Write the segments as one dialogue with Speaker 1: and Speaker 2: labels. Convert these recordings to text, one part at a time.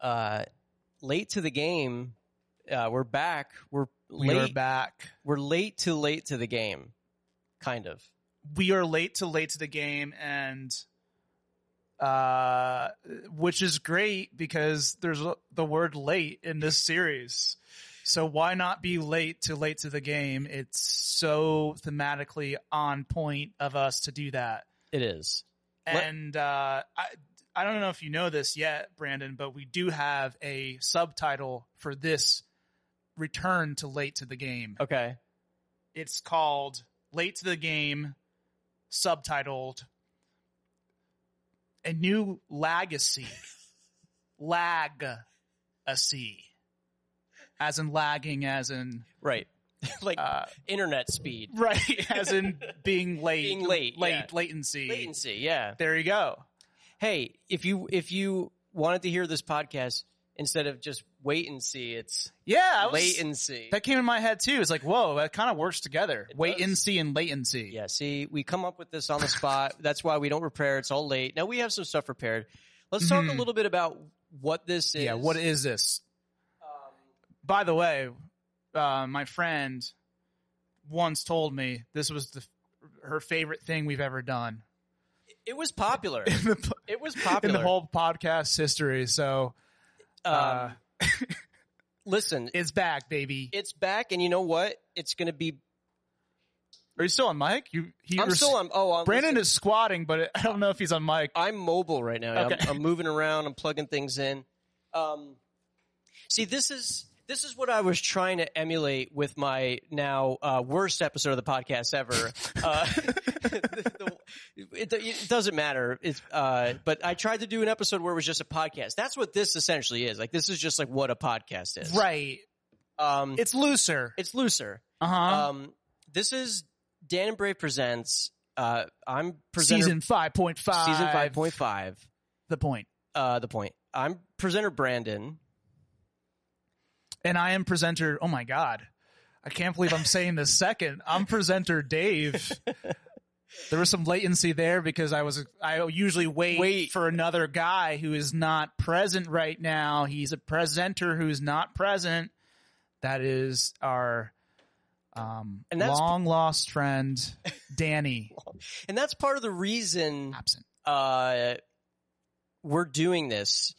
Speaker 1: uh, late to the game. Uh, we're back. We're
Speaker 2: We are
Speaker 1: late.
Speaker 2: back.
Speaker 1: We're late to late to the game, kind of.
Speaker 2: We are late to late to the game, and uh, which is great because there's the word late in this series. So why not be late to late to the game? It's so thematically on point of us to do that.
Speaker 1: It is. Let-
Speaker 2: And uh, I, I don't know if you know this yet, Brandon, but we do have a subtitle for this return to late to the game.
Speaker 1: Okay.
Speaker 2: It's called Late to the Game, subtitled A New Legacy. Lag a C. As in lagging, as in
Speaker 1: Right. like
Speaker 2: uh,
Speaker 1: internet speed.
Speaker 2: right, as in being late,
Speaker 1: Being late,
Speaker 2: late
Speaker 1: yeah.
Speaker 2: latency.
Speaker 1: Latency. Yeah.
Speaker 2: There you go.
Speaker 1: Hey, if you if you wanted to hear this podcast instead of just wait and see, it's
Speaker 2: Yeah, I was-
Speaker 1: latency.
Speaker 2: That came in my head too. It's like, whoa, that kind of works together. Wait
Speaker 1: does.
Speaker 2: and see and latency.
Speaker 1: Yeah, see, we come up with this on the spot. That's why we don't prepare. It's all late. Now we have some stuff prepared. Let's talk a little bit about what this is.
Speaker 2: Mm-hmm. Yeah, what is this? By the way, uh, my friend once told me this was the her favorite thing we've ever done
Speaker 1: it was popular. it was
Speaker 2: in
Speaker 1: popular.
Speaker 2: the whole podcast history. So uh,
Speaker 1: Um, listen,
Speaker 2: it's back, baby.
Speaker 1: it's back, and you know what? It's going to be.
Speaker 2: Are you still on mic? You, he
Speaker 1: I'm
Speaker 2: res-
Speaker 1: still on. Uh, Oh, I'm,
Speaker 2: Brandon is squatting, but I don't know if he's on mic.
Speaker 1: I'm mobile right now.
Speaker 2: Okay.
Speaker 1: I'm, I'm moving around. I'm plugging things in. Um, see, this is this is what I was trying to emulate with my now uh, worst episode of the podcast ever. uh, the- the- it, it doesn't matter. It's, uh, but I tried to do an episode where it was just a podcast. That's what this essentially is. Like this is just like what a podcast is.
Speaker 2: Right.
Speaker 1: Um,
Speaker 2: It's looser.
Speaker 1: it's looser.
Speaker 2: Uh huh.
Speaker 1: Um, this is Dan and Brave presents. Uh, I'm presenter
Speaker 2: Season 5.5.
Speaker 1: season five point five
Speaker 2: The point.
Speaker 1: uh, the point. I'm presenter Brandon.
Speaker 2: and I am presenter. Oh my god, I can't believe I'm saying this second. I'm presenter Dave. there was some latency there because I was I usually wait,
Speaker 1: Wait.
Speaker 2: for another guy who is not present right now. He's a presenter who's not present. That is our um,
Speaker 1: And that's-
Speaker 2: long lost friend Danny
Speaker 1: And that's part of the reason
Speaker 2: absent.
Speaker 1: uh, we're doing this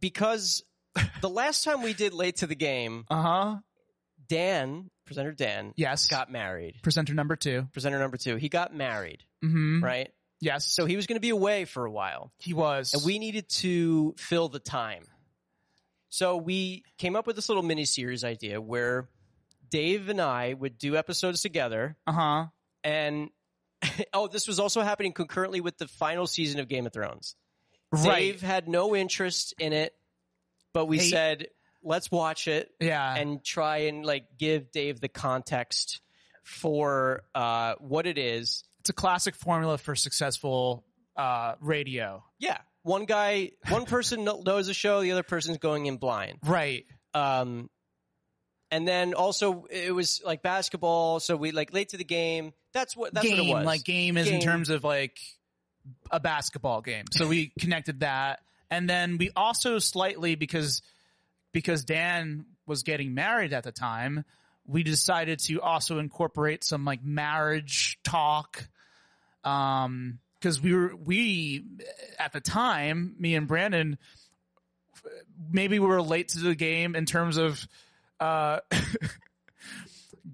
Speaker 1: because the last time we did Late to the Game,
Speaker 2: Uh huh.
Speaker 1: Dan, presenter Dan,
Speaker 2: Yes.
Speaker 1: got married.
Speaker 2: presenter number 2
Speaker 1: Presenter number two, he got married,
Speaker 2: Mm-hmm.
Speaker 1: right?
Speaker 2: Yes.
Speaker 1: So he was going to be away for a while.
Speaker 2: he was.
Speaker 1: and we needed to fill the time. So we came up with this little mini series idea where Dave and I would do episodes together.
Speaker 2: Uh huh.
Speaker 1: And oh, this was also happening concurrently with the final season of Game of Thrones.
Speaker 2: Right.
Speaker 1: Dave had no interest in it, but we
Speaker 2: Hey.
Speaker 1: said, let's watch it
Speaker 2: Yeah.
Speaker 1: and try and like give Dave the context for uh, what it is.
Speaker 2: it's a classic formula for successful uh, radio.
Speaker 1: Yeah. One guy, one person kno- knows the show, the other person's going in blind.
Speaker 2: Right.
Speaker 1: Um, and then also it was like basketball, so we like late to the game. That's what that's
Speaker 2: game,
Speaker 1: what it was.
Speaker 2: like game is in
Speaker 1: Game.
Speaker 2: terms of like a basketball game. So we connected that. And then we also slightly because because Dan was getting married at the time, we decided to also incorporate some like marriage talk. Um, cause we were, we at the time, me and Brandon, maybe we were late to the game in terms of, uh,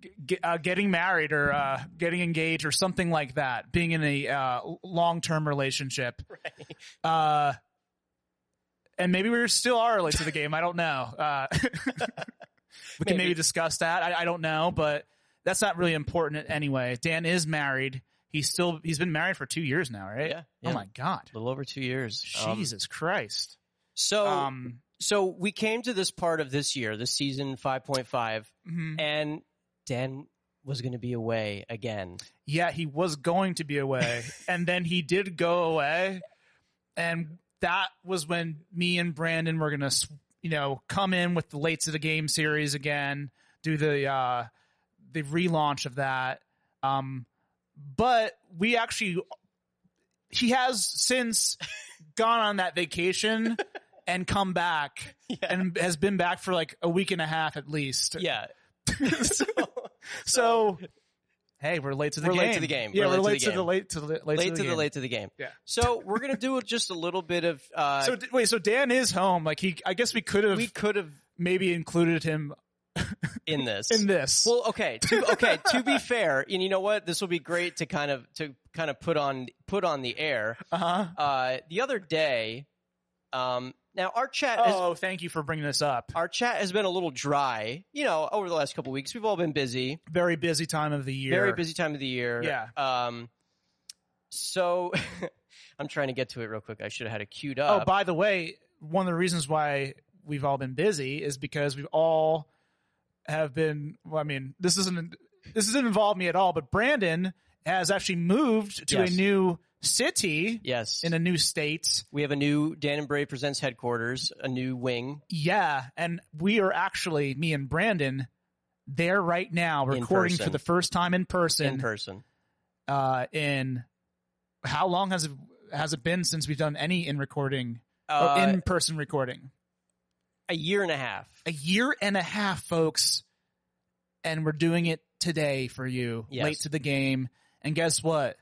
Speaker 2: g- g- uh, getting married or uh, getting engaged or something like that, being in a uh, long term relationship. Uh, and maybe we still are late to the game. I don't know. Uh, we can maybe
Speaker 1: Maybe.
Speaker 2: discuss that. I, I don't know, but that's not really important anyway. Dan is married. He's still he's been married for two years now, right?
Speaker 1: Yeah,
Speaker 2: Oh
Speaker 1: yeah.
Speaker 2: my god.
Speaker 1: a little over two years. Um, oh,
Speaker 2: Jesus Christ.
Speaker 1: so
Speaker 2: Um.
Speaker 1: so we came to this part of this year, this season five point five,
Speaker 2: mhm.
Speaker 1: and Dan was going to be away again.
Speaker 2: yeah, he was going to be away, and then he did go away, and that was when me and Brandon were gonna, s- you know, come in with the late to the game series again, do the uh, the relaunch of that. Um, but we actually, he has since gone on that vacation and come back and has been back for like a week and a half at least.
Speaker 1: yeah.
Speaker 2: so, hey, we're late to the
Speaker 1: We're
Speaker 2: game.
Speaker 1: late to the game.
Speaker 2: Yeah,
Speaker 1: We're
Speaker 2: we're
Speaker 1: late to
Speaker 2: late
Speaker 1: the
Speaker 2: to the
Speaker 1: game.
Speaker 2: late to the late,
Speaker 1: late to the
Speaker 2: game.
Speaker 1: late to the game.
Speaker 2: Yeah.
Speaker 1: So we're gonna do just a little bit of. Uh,
Speaker 2: So d- wait, so Dan is home. Like he, I guess we could have
Speaker 1: we could have
Speaker 2: maybe included him
Speaker 1: in this.
Speaker 2: in this.
Speaker 1: Well, okay, to, okay. To be fair, and you know what, this will be great to kind of to kind of put on put on the air.
Speaker 2: uh-huh.
Speaker 1: Uh, the other day, um, now our chat has,
Speaker 2: Oh, thank you for bringing this up.
Speaker 1: our chat has been a little dry. You know, over the last couple weeks, we've all been busy,
Speaker 2: Very busy time of the year.
Speaker 1: very busy time of the year.
Speaker 2: Yeah.
Speaker 1: Um, so I'm trying to get to it real quick. I should have had it queued up.
Speaker 2: Oh, by the way, one of the reasons why we've all been busy is because we've all have been. Well, I mean, this isn't this doesn't involve me at all, but Brandon has actually moved to
Speaker 1: Yes.
Speaker 2: a new city
Speaker 1: yes,
Speaker 2: in a new state.
Speaker 1: we have a new Dan and Bray presents headquarters, a new wing
Speaker 2: Yeah, and we are actually me and Brandon there right now
Speaker 1: In
Speaker 2: recording for
Speaker 1: person.
Speaker 2: the first time in person.
Speaker 1: in person.
Speaker 2: Uh, in how long has it has it been since we've done any in recording or
Speaker 1: Uh,
Speaker 2: Oh, in person recording?
Speaker 1: a year and a half.
Speaker 2: a year and a half, folks, and we're doing it today for you,
Speaker 1: Yes.
Speaker 2: late to the game. And guess what?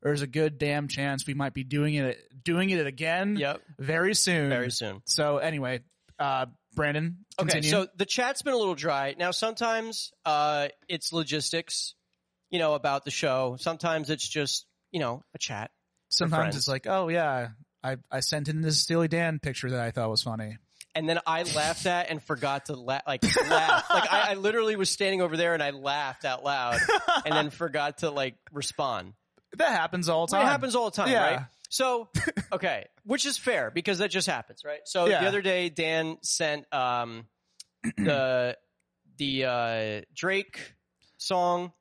Speaker 2: There's a good damn chance we might be doing it doing it again
Speaker 1: Yep,
Speaker 2: very soon.
Speaker 1: very soon.
Speaker 2: So anyway, uh, Brandon,
Speaker 1: Okay,
Speaker 2: continue.
Speaker 1: so the chat's been a little dry. Now, sometimes uh, it's logistics, you know, about the show. Sometimes it's just, you know, a chat.
Speaker 2: sometimes
Speaker 1: friends.
Speaker 2: it's like, oh yeah, I I sent in this Steely Dan picture that I thought was funny.
Speaker 1: And then I laughed at and forgot to la- like laugh. Like I, I literally was standing over there and I laughed out loud and then forgot to like respond.
Speaker 2: That happens all the
Speaker 1: It
Speaker 2: time.
Speaker 1: happens all the time,
Speaker 2: Yeah.
Speaker 1: right? So, okay, which is fair because that just happens, right? So
Speaker 2: Yeah.
Speaker 1: the other day, Dan sent um, the the uh, Drake song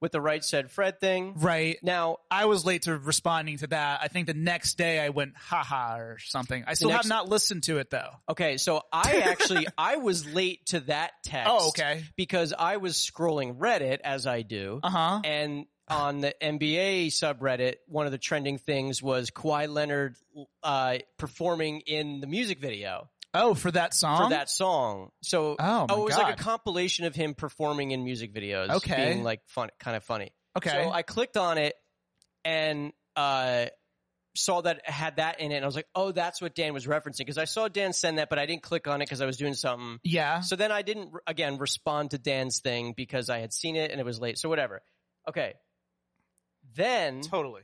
Speaker 1: with the right said Fred thing.
Speaker 2: Right.
Speaker 1: Now,
Speaker 2: I was late to responding to that. I think the next day I went haha or something. I still
Speaker 1: next-
Speaker 2: have not listened to it though.
Speaker 1: okay, so I actually I was late to that text.
Speaker 2: Oh, okay.
Speaker 1: Because I was scrolling Reddit as I do,
Speaker 2: Uh huh.
Speaker 1: and on the NBA subreddit, one of the trending things was Kawhi Leonard uh, performing in the music video
Speaker 2: Oh, for that song?
Speaker 1: for that song. So
Speaker 2: Oh, my
Speaker 1: it was like
Speaker 2: God.
Speaker 1: a compilation of him performing in music videos,
Speaker 2: Okay.
Speaker 1: being like fun, kind of funny.
Speaker 2: Okay.
Speaker 1: So I clicked on it and uh, saw that it had that in it, and I was like, "Oh, that's what Dan was referencing." Because I saw Dan send that, but I didn't click on it because I was doing something.
Speaker 2: yeah.
Speaker 1: So then I didn't again respond to Dan's thing because I had seen it and it was late. So whatever. Okay. Then
Speaker 2: Totally.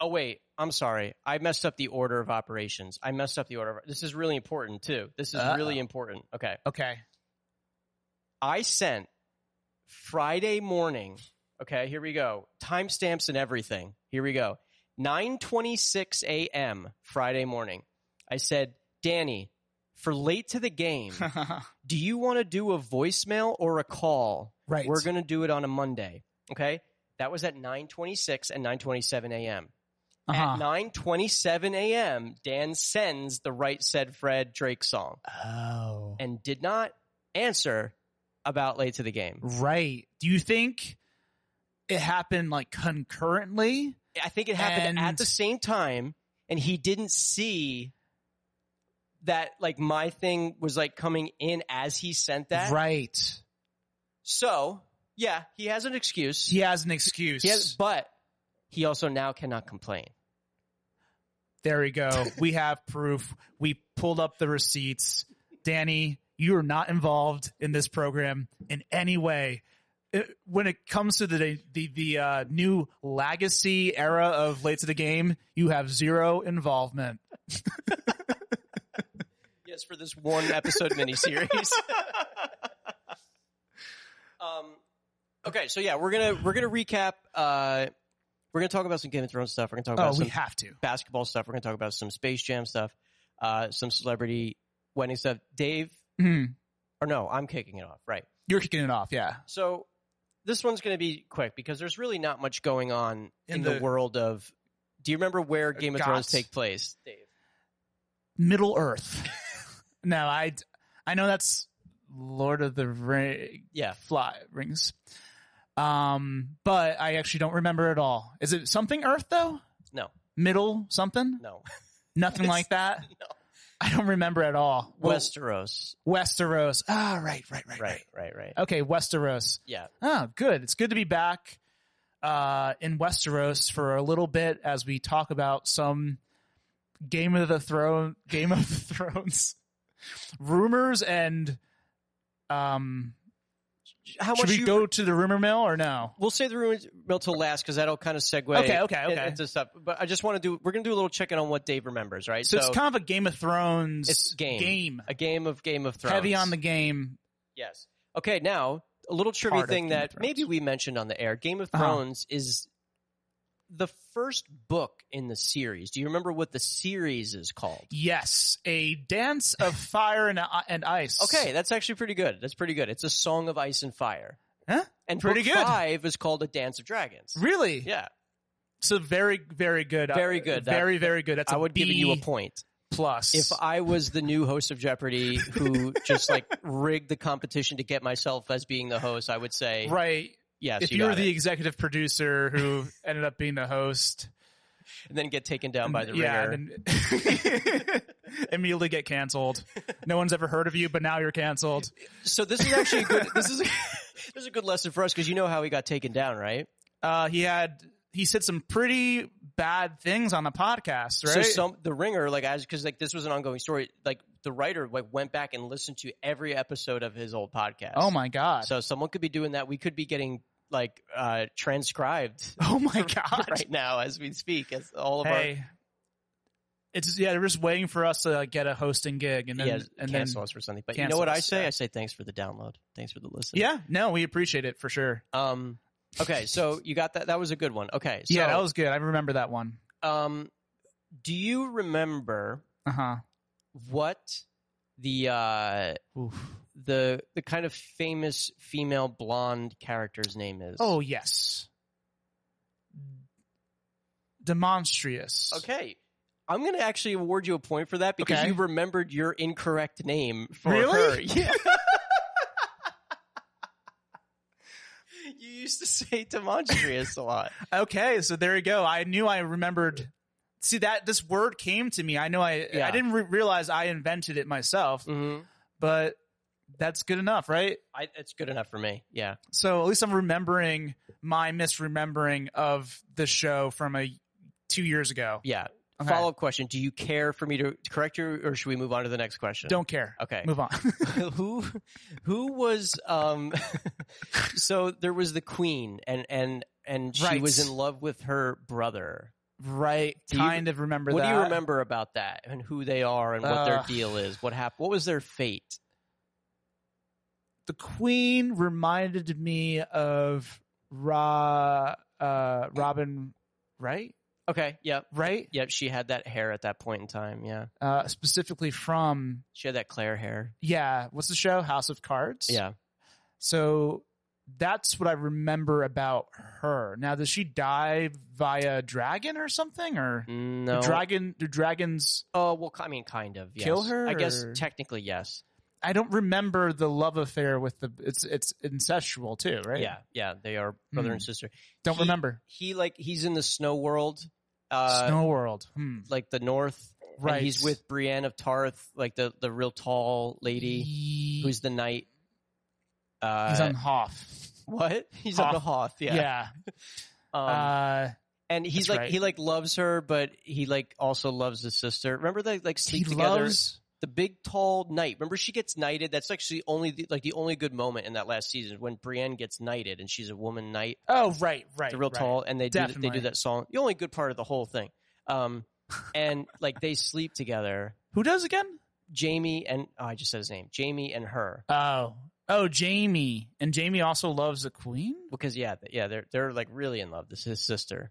Speaker 1: oh wait, I'm sorry, I messed up the order of operations. I messed up the order. Of, this is really important too. This is
Speaker 2: Uh-oh.
Speaker 1: really important. Okay.
Speaker 2: Okay.
Speaker 1: I sent Friday morning. Okay, here we go. Timestamps and everything. Here we go. 9:26 a.m. Friday morning. I said, "Danny, for late to the game, do you want to do a voicemail or a call?
Speaker 2: right.
Speaker 1: We're going to do it on a Monday." Okay? That was at 9:26 and 9:27 a.m.
Speaker 2: Uh-huh.
Speaker 1: At 9:27 a.m., Dan sends the right said Fred Drake song
Speaker 2: Oh.
Speaker 1: and did not answer about late to the game.
Speaker 2: Right. Do you think it happened like concurrently?
Speaker 1: I think it happened at
Speaker 2: And-
Speaker 1: the same time, and he didn't see that like my thing was like coming in as he sent that.
Speaker 2: right.
Speaker 1: So yeah, he has an excuse.
Speaker 2: He has an excuse.
Speaker 1: He has- but he also now cannot complain.
Speaker 2: there we go. we have proof. We pulled up the receipts. Danny, you are not involved in this program in any way. It- when it comes to the the the uh, new legacy era of late to the game, you have zero involvement.
Speaker 1: Yes, for this one episode miniseries. um, okay, so yeah, we're gonna we're gonna recap. Uh, we're gonna talk about some Game of Thrones stuff. We're gonna talk about
Speaker 2: Oh,
Speaker 1: some
Speaker 2: we have to.
Speaker 1: basketball stuff. We're going to talk about some Space Jam stuff, uh, some celebrity wedding stuff. Dave,
Speaker 2: Mhm.
Speaker 1: or no, I'm kicking it off. Right.
Speaker 2: You're kicking it off, yeah.
Speaker 1: So this one's going to be quick because there's really not much going on in,
Speaker 2: In
Speaker 1: the,
Speaker 2: the-
Speaker 1: world of. Do you remember where Game of
Speaker 2: Gots.
Speaker 1: Thrones take place, Dave?
Speaker 2: Middle Earth. no, I, I know that's Lord of the Ring,
Speaker 1: Yeah.
Speaker 2: Fly Rings, um, but I actually don't remember at all. Is it something Earth though?
Speaker 1: No.
Speaker 2: Middle something?
Speaker 1: No.
Speaker 2: Nothing like that. I don't remember at all. Well,
Speaker 1: Westeros.
Speaker 2: Westeros. Ah, right, right, right,
Speaker 1: Right,
Speaker 2: right.
Speaker 1: right, right.
Speaker 2: Okay, Westeros.
Speaker 1: Yeah.
Speaker 2: Oh, good. It's good to be back uh, in Westeros for a little bit as we talk about some Game of the Throne, Game of Thrones rumors and um.
Speaker 1: How
Speaker 2: Should
Speaker 1: much
Speaker 2: we
Speaker 1: you
Speaker 2: go to the rumor mill or no?
Speaker 1: We'll say the rumors mill till last because that'll kind of segue.
Speaker 2: Okay, okay,
Speaker 1: in-
Speaker 2: okay.
Speaker 1: Into stuff, but I just want to do. We're gonna do a little check in on what Dave remembers, right?
Speaker 2: So, it's kind of a Game of Thrones
Speaker 1: it's game,
Speaker 2: game.
Speaker 1: a game of Game of Thrones,
Speaker 2: heavy on the game.
Speaker 1: yes. Okay, now a little trivia
Speaker 2: Part of
Speaker 1: thing
Speaker 2: Game of
Speaker 1: that
Speaker 2: Thrones.
Speaker 1: maybe we mentioned on the air. Game of
Speaker 2: Uh-huh.
Speaker 1: Thrones is the first book in the series. Do you remember what the series is called?
Speaker 2: Yes, a dance of fire and uh, and ice.
Speaker 1: Okay, that's actually pretty good. That's pretty good. It's a Song of Ice and Fire.
Speaker 2: Huh?
Speaker 1: And
Speaker 2: Pretty
Speaker 1: book
Speaker 2: good.
Speaker 1: Five is called A Dance of Dragons.
Speaker 2: really?
Speaker 1: Yeah,
Speaker 2: So very, very good. Uh,
Speaker 1: Very good. That-
Speaker 2: Very, very good. That's
Speaker 1: I
Speaker 2: a
Speaker 1: would give you a
Speaker 2: B
Speaker 1: point.
Speaker 2: plus.
Speaker 1: if I was the new host of Jeopardy who just like rigged the competition to get myself as being the host, I would say
Speaker 2: right,
Speaker 1: yes.
Speaker 2: if
Speaker 1: you
Speaker 2: you were
Speaker 1: got
Speaker 2: the
Speaker 1: it.
Speaker 2: executive producer who ended up being the host,
Speaker 1: and then get taken down by the
Speaker 2: yeah,
Speaker 1: ringer.
Speaker 2: then- immediately get canceled. No one's ever heard of you, but now you're canceled.
Speaker 1: So this is actually a good. This is this is a good lesson for us because you know how he got taken down, right?
Speaker 2: Uh, he had he said some pretty bad things on the podcast,
Speaker 1: So
Speaker 2: right?
Speaker 1: some the ringer like as because like this was an ongoing story. Like the writer like went back and listened to every episode of his old podcast.
Speaker 2: oh my god!
Speaker 1: So someone could be doing that. We could be getting like uh transcribed
Speaker 2: oh my god!
Speaker 1: right now as we speak. As all of our
Speaker 2: Hey, it's yeah, they're just waiting for us to get a hosting gig and then
Speaker 1: yeah,
Speaker 2: and then
Speaker 1: cancel us for something. But you know
Speaker 2: cancel
Speaker 1: what I
Speaker 2: us,
Speaker 1: say?
Speaker 2: yeah.
Speaker 1: I say thanks for the download. Thanks for the listen.
Speaker 2: yeah, no, we appreciate it for sure.
Speaker 1: Um. Okay. So you got that. That was a good one. Okay. So,
Speaker 2: yeah, that was good. I remember that one.
Speaker 1: Um. Do you remember
Speaker 2: Uh huh.
Speaker 1: what the uh the the kind of famous female blonde character's name is?
Speaker 2: Oh yes, demonstrious.
Speaker 1: Okay. I'm gonna actually award you a point for that because
Speaker 2: Okay.
Speaker 1: you remembered your incorrect name for her.
Speaker 2: Really?
Speaker 1: Yeah. you used to say demonstrious a lot.
Speaker 2: Okay, so there you go. I knew I remembered. See that this word came to me. I know I
Speaker 1: Yeah.
Speaker 2: I didn't re- realize I invented it myself,
Speaker 1: Mm-hmm.
Speaker 2: but that's good enough, right?
Speaker 1: I, it's good enough for me. Yeah.
Speaker 2: So at least I'm remembering my misremembering of the show from a two years ago.
Speaker 1: Yeah.
Speaker 2: Okay.
Speaker 1: Follow up question. Do you care for me to correct you or should we move on to the next question?
Speaker 2: Don't care.
Speaker 1: Okay.
Speaker 2: Move on.
Speaker 1: who who was um so there was the queen and and and she
Speaker 2: Right.
Speaker 1: was in love with her brother.
Speaker 2: right.
Speaker 1: Do you-
Speaker 2: kind of remember
Speaker 1: what
Speaker 2: that.
Speaker 1: do you remember about that and who they are and what their
Speaker 2: Ugh.
Speaker 1: deal is? What happened? What was their fate?
Speaker 2: The Queen reminded me of Ra uh Robin right?
Speaker 1: Okay. Yep.
Speaker 2: Right?
Speaker 1: Yep. She had that hair at that point in time. Yeah.
Speaker 2: Uh specifically from
Speaker 1: She had that Claire hair.
Speaker 2: yeah, what's the show? House of Cards.
Speaker 1: Yeah.
Speaker 2: So that's what I remember about her. Now does she die via dragon or something or
Speaker 1: No.
Speaker 2: Do dragon do dragons
Speaker 1: oh well, I mean, kind of. Yes.
Speaker 2: Kill her,
Speaker 1: I guess
Speaker 2: or-
Speaker 1: technically yes.
Speaker 2: I don't remember the love affair with the it's it's incestual too, right?
Speaker 1: Yeah, yeah, they are brother
Speaker 2: Hmm.
Speaker 1: and sister.
Speaker 2: Don't
Speaker 1: He-
Speaker 2: remember.
Speaker 1: He like he's in the snow world, uh,
Speaker 2: Snow World. Hmm.
Speaker 1: like the north.
Speaker 2: Right.
Speaker 1: And he's with Brienne of Tarth, like the the real tall lady
Speaker 2: He-
Speaker 1: who's the knight. Uh,
Speaker 2: he's on Hoff.
Speaker 1: what? He's on the Hoth. Yeah.
Speaker 2: Yeah.
Speaker 1: Um,
Speaker 2: uh,
Speaker 1: and he's
Speaker 2: that's
Speaker 1: like
Speaker 2: right.
Speaker 1: he like loves her, but he like also loves his sister. Remember they like
Speaker 2: he
Speaker 1: sleep together.
Speaker 2: loves.
Speaker 1: the big tall knight. Remember she gets knighted. That's actually only the, like the only good moment in that last season when Brienne gets knighted and she's a woman knight.
Speaker 2: Oh right, right.
Speaker 1: the real
Speaker 2: right.
Speaker 1: tall, and they do they do
Speaker 2: Definitely.
Speaker 1: that song. The only good part of the whole thing, um, and like they sleep together.
Speaker 2: Who does again?
Speaker 1: Jamie and oh, I just said his name. Jamie and her
Speaker 2: Oh, oh, Jamie, and Jamie also loves the Queen.
Speaker 1: because yeah, th- yeah, they're they're like really in love. This is his sister.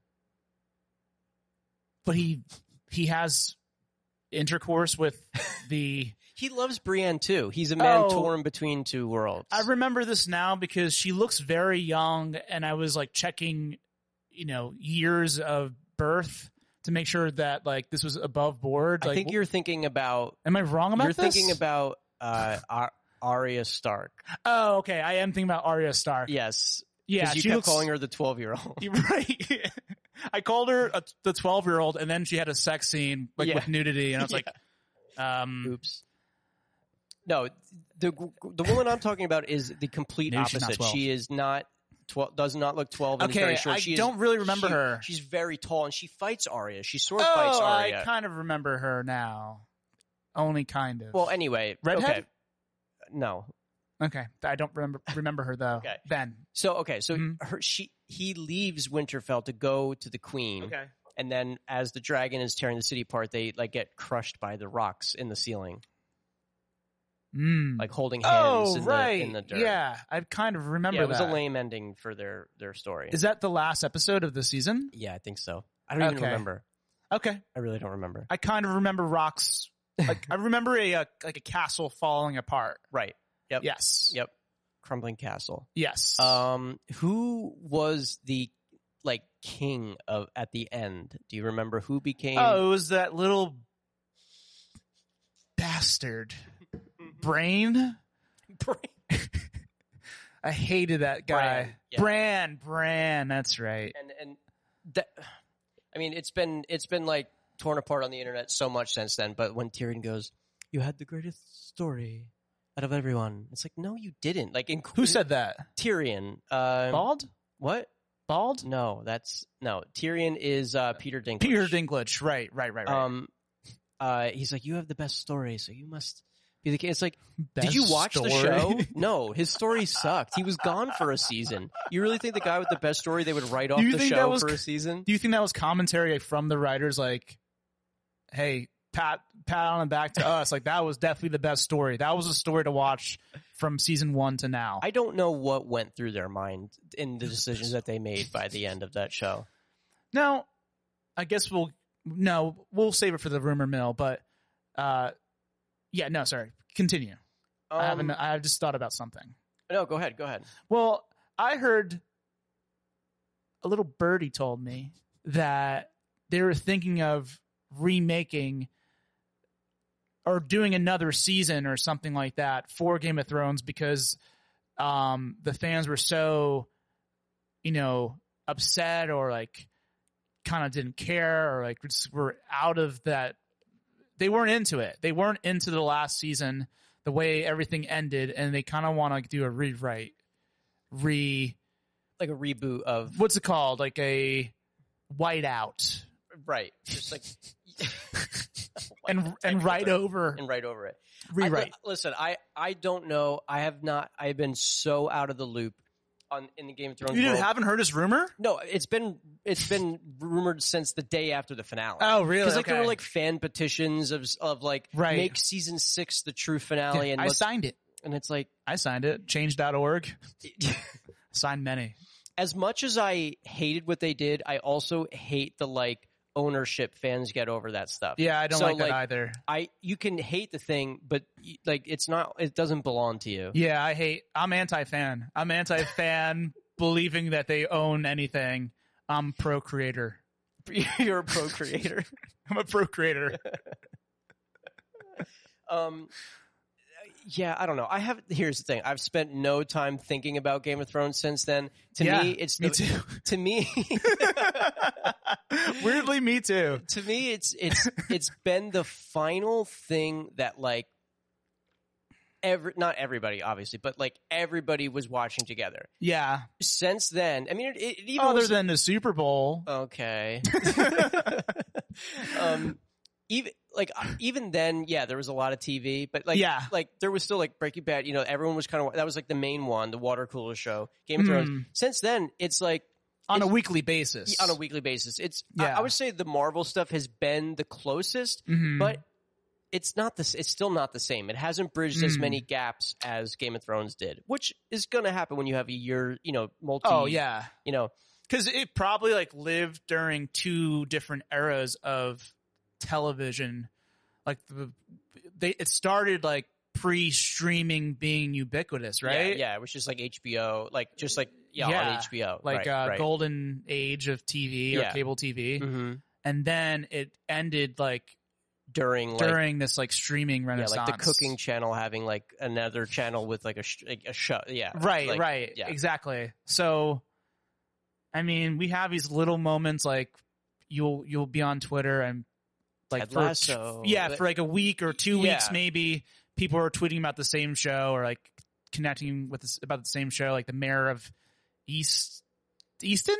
Speaker 2: But he he has intercourse with the.
Speaker 1: He loves Brienne too. He's a man
Speaker 2: Oh.
Speaker 1: torn between two worlds.
Speaker 2: I remember this now because she looks very young, and I was like checking, you know, years of birth to make sure that like this was above board.
Speaker 1: I
Speaker 2: Like,
Speaker 1: think you're thinking about
Speaker 2: Am I wrong about
Speaker 1: you're
Speaker 2: this?
Speaker 1: thinking about uh, Ar- Arya Stark.
Speaker 2: Oh, okay. I am thinking about Arya Stark.
Speaker 1: Yes,
Speaker 2: yeah.
Speaker 1: 'Cause you
Speaker 2: she
Speaker 1: kept
Speaker 2: looks
Speaker 1: calling her the twelve year old.
Speaker 2: You're right. I called her a, the twelve year old, and then she had a sex scene like
Speaker 1: Yeah.
Speaker 2: with nudity, and I was like, Um,
Speaker 1: Oops. No, the the woman I'm talking about is the complete
Speaker 2: Maybe she's not
Speaker 1: opposite.
Speaker 2: 12.
Speaker 1: She is not twelve. Does not look twelve. And is
Speaker 2: Okay,
Speaker 1: very short.
Speaker 2: I
Speaker 1: She is-
Speaker 2: don't really remember
Speaker 1: she-
Speaker 2: her.
Speaker 1: She's very tall and she fights Arya. She sword fights
Speaker 2: oh,
Speaker 1: Arya.
Speaker 2: I kind of remember her now. Only kind of.
Speaker 1: Well, anyway,
Speaker 2: Redhead?
Speaker 1: Okay. No.
Speaker 2: okay. I don't remember remember her though.
Speaker 1: Okay.
Speaker 2: Then.
Speaker 1: So okay, so
Speaker 2: Mhm.
Speaker 1: her she he leaves Winterfell to go to the Queen, and then as the dragon is tearing the city apart, they like get crushed by the rocks in the ceiling,
Speaker 2: Mm.
Speaker 1: like holding hands
Speaker 2: oh,
Speaker 1: in,
Speaker 2: right.
Speaker 1: the, in the dirt.
Speaker 2: Yeah, I kind of remember
Speaker 1: yeah, it was
Speaker 2: that.
Speaker 1: a lame ending for their their story.
Speaker 2: Is that the last episode of the season?
Speaker 1: yeah, I think so. I don't even
Speaker 2: Okay.
Speaker 1: remember.
Speaker 2: Okay.
Speaker 1: I really don't remember.
Speaker 2: I kind of remember rocks. Like I remember a, uh like a castle falling apart.
Speaker 1: Right, Yep.
Speaker 2: Yes.
Speaker 1: Yep. crumbling castle.
Speaker 2: Yes.
Speaker 1: Um, who was the like king of at the end? Do you remember who became?
Speaker 2: oh, it was that little bastard Mm-hmm. brain. I hated that guy.
Speaker 1: Bran, yeah.
Speaker 2: Bran. Bran. That's right.
Speaker 1: and and that I mean it's been it's been like torn apart on the internet so much since then. But when Tyrion goes, "You had the greatest story out of everyone," it's like, no, you didn't. Like, inclu-
Speaker 2: Who said that?
Speaker 1: Tyrion? Um,
Speaker 2: Bald.
Speaker 1: What?
Speaker 2: Bald.
Speaker 1: No, that's no. Tyrion is uh, Peter Dinklage.
Speaker 2: Peter Dinklage. Right. Right. Right. Right.
Speaker 1: Um, uh, he's like, "You have the best story, so you must." be the king." It's like, did you watch the show? No, his story sucked. He was gone for a season. You really think the guy with the best story they would write off
Speaker 2: You
Speaker 1: the
Speaker 2: think that
Speaker 1: show
Speaker 2: was
Speaker 1: for
Speaker 2: c-
Speaker 1: a season?
Speaker 2: Do you think that was commentary from the writers? Like, hey, pat pat on the back to us. Like that was definitely the best story. That was a story to watch from season one to now.
Speaker 1: I don't know what went through their mind in the decisions that they made by the end of that show.
Speaker 2: now, I guess we'll no, we'll save it for the rumor mill. But uh, yeah, no, sorry. Continue. I uh, haven't.
Speaker 1: Um,
Speaker 2: I just thought about something.
Speaker 1: no, go ahead. Go ahead.
Speaker 2: Well, I heard a little birdie told me that they were thinking of remaking or doing another season or something like that for Game of Thrones because um, the fans were so, you know, upset or like kind of didn't care or like just were out of that. They weren't into it. They weren't into the last season, the way everything ended, and they kind of want to do a rewrite re
Speaker 1: Like a reboot of
Speaker 2: what's it called like a whiteout
Speaker 1: right, just like
Speaker 2: and and right over
Speaker 1: and right over it. I-
Speaker 2: rewrite
Speaker 1: listen, I I don't know. I have not. I have been so out of the loop on in the Game of Thrones.
Speaker 2: you
Speaker 1: world.
Speaker 2: haven't heard his rumor
Speaker 1: no, it's been it's been rumored since the day after the finale.
Speaker 2: oh really
Speaker 1: Because like there
Speaker 2: Okay.
Speaker 1: were like fan petitions of of like
Speaker 2: Right.
Speaker 1: make season six the true
Speaker 2: Yeah,
Speaker 1: finale, and
Speaker 2: i
Speaker 1: let's-
Speaker 2: signed it
Speaker 1: and it's like
Speaker 2: i signed it change.org signed many
Speaker 1: as much as I hated what they did, I also hate the like ownership fans get over that stuff.
Speaker 2: yeah i don't
Speaker 1: So,
Speaker 2: like that
Speaker 1: like-
Speaker 2: either
Speaker 1: I you can hate the thing, but y- like it's not it doesn't belong to you.
Speaker 2: yeah i hate i'm anti-fan i'm anti-fan believing that they own anything i'm pro-creator
Speaker 1: You're a pro creator.
Speaker 2: i'm a pro-creator
Speaker 1: um yeah, I don't know. I have here's the thing. I've spent no time thinking about Game of Thrones since then. To
Speaker 2: Yeah,
Speaker 1: me, it's
Speaker 2: me
Speaker 1: the-
Speaker 2: too
Speaker 1: to me
Speaker 2: weirdly me too
Speaker 1: to me it's it's it's been the final thing that like every not everybody obviously but like everybody was watching together
Speaker 2: yeah
Speaker 1: since then i mean it, it even
Speaker 2: other
Speaker 1: was-
Speaker 2: than the super bowl
Speaker 1: okay um even like uh, even then yeah there was a lot of tv but like
Speaker 2: yeah
Speaker 1: like there was still like breaking bad you know everyone was kind of that was like the main one the water cooler show game of thrones
Speaker 2: Mm.
Speaker 1: since then it's like
Speaker 2: on a
Speaker 1: It's-
Speaker 2: weekly basis.
Speaker 1: on a weekly basis it's I- I,
Speaker 2: Yeah.
Speaker 1: would say the marvel stuff has been the closest
Speaker 2: Mhm.
Speaker 1: but it's not this it's still not the same it hasn't bridged as
Speaker 2: Mm.
Speaker 1: many gaps as game of thrones did which is going to happen when you have a year you know multi
Speaker 2: oh yeah,
Speaker 1: you know
Speaker 2: because it probably like lived during two different eras of television. Like the, they, it started like pre-streaming being ubiquitous, right?
Speaker 1: yeah, yeah it was just like hbo like just like yeah,
Speaker 2: Yeah.
Speaker 1: on hbo
Speaker 2: Like
Speaker 1: right,
Speaker 2: uh,
Speaker 1: right.
Speaker 2: golden age of TV or
Speaker 1: Yeah.
Speaker 2: cable TV,
Speaker 1: Mhm.
Speaker 2: and then it ended like
Speaker 1: during like
Speaker 2: during this like streaming
Speaker 1: yeah,
Speaker 2: renaissance,
Speaker 1: like the cooking channel having like another channel with like a sh- like a show yeah
Speaker 2: Right,
Speaker 1: like,
Speaker 2: right.
Speaker 1: yeah.
Speaker 2: Exactly. So I mean, we have these little moments like you'll you'll be on Twitter and like
Speaker 1: Ted
Speaker 2: for-
Speaker 1: Lasso.
Speaker 2: yeah,
Speaker 1: Oh, But-
Speaker 2: for like a week or two
Speaker 1: Yeah.
Speaker 2: weeks, maybe people are tweeting about the same show or like connecting with this, about the same show, like the mayor of East Easton.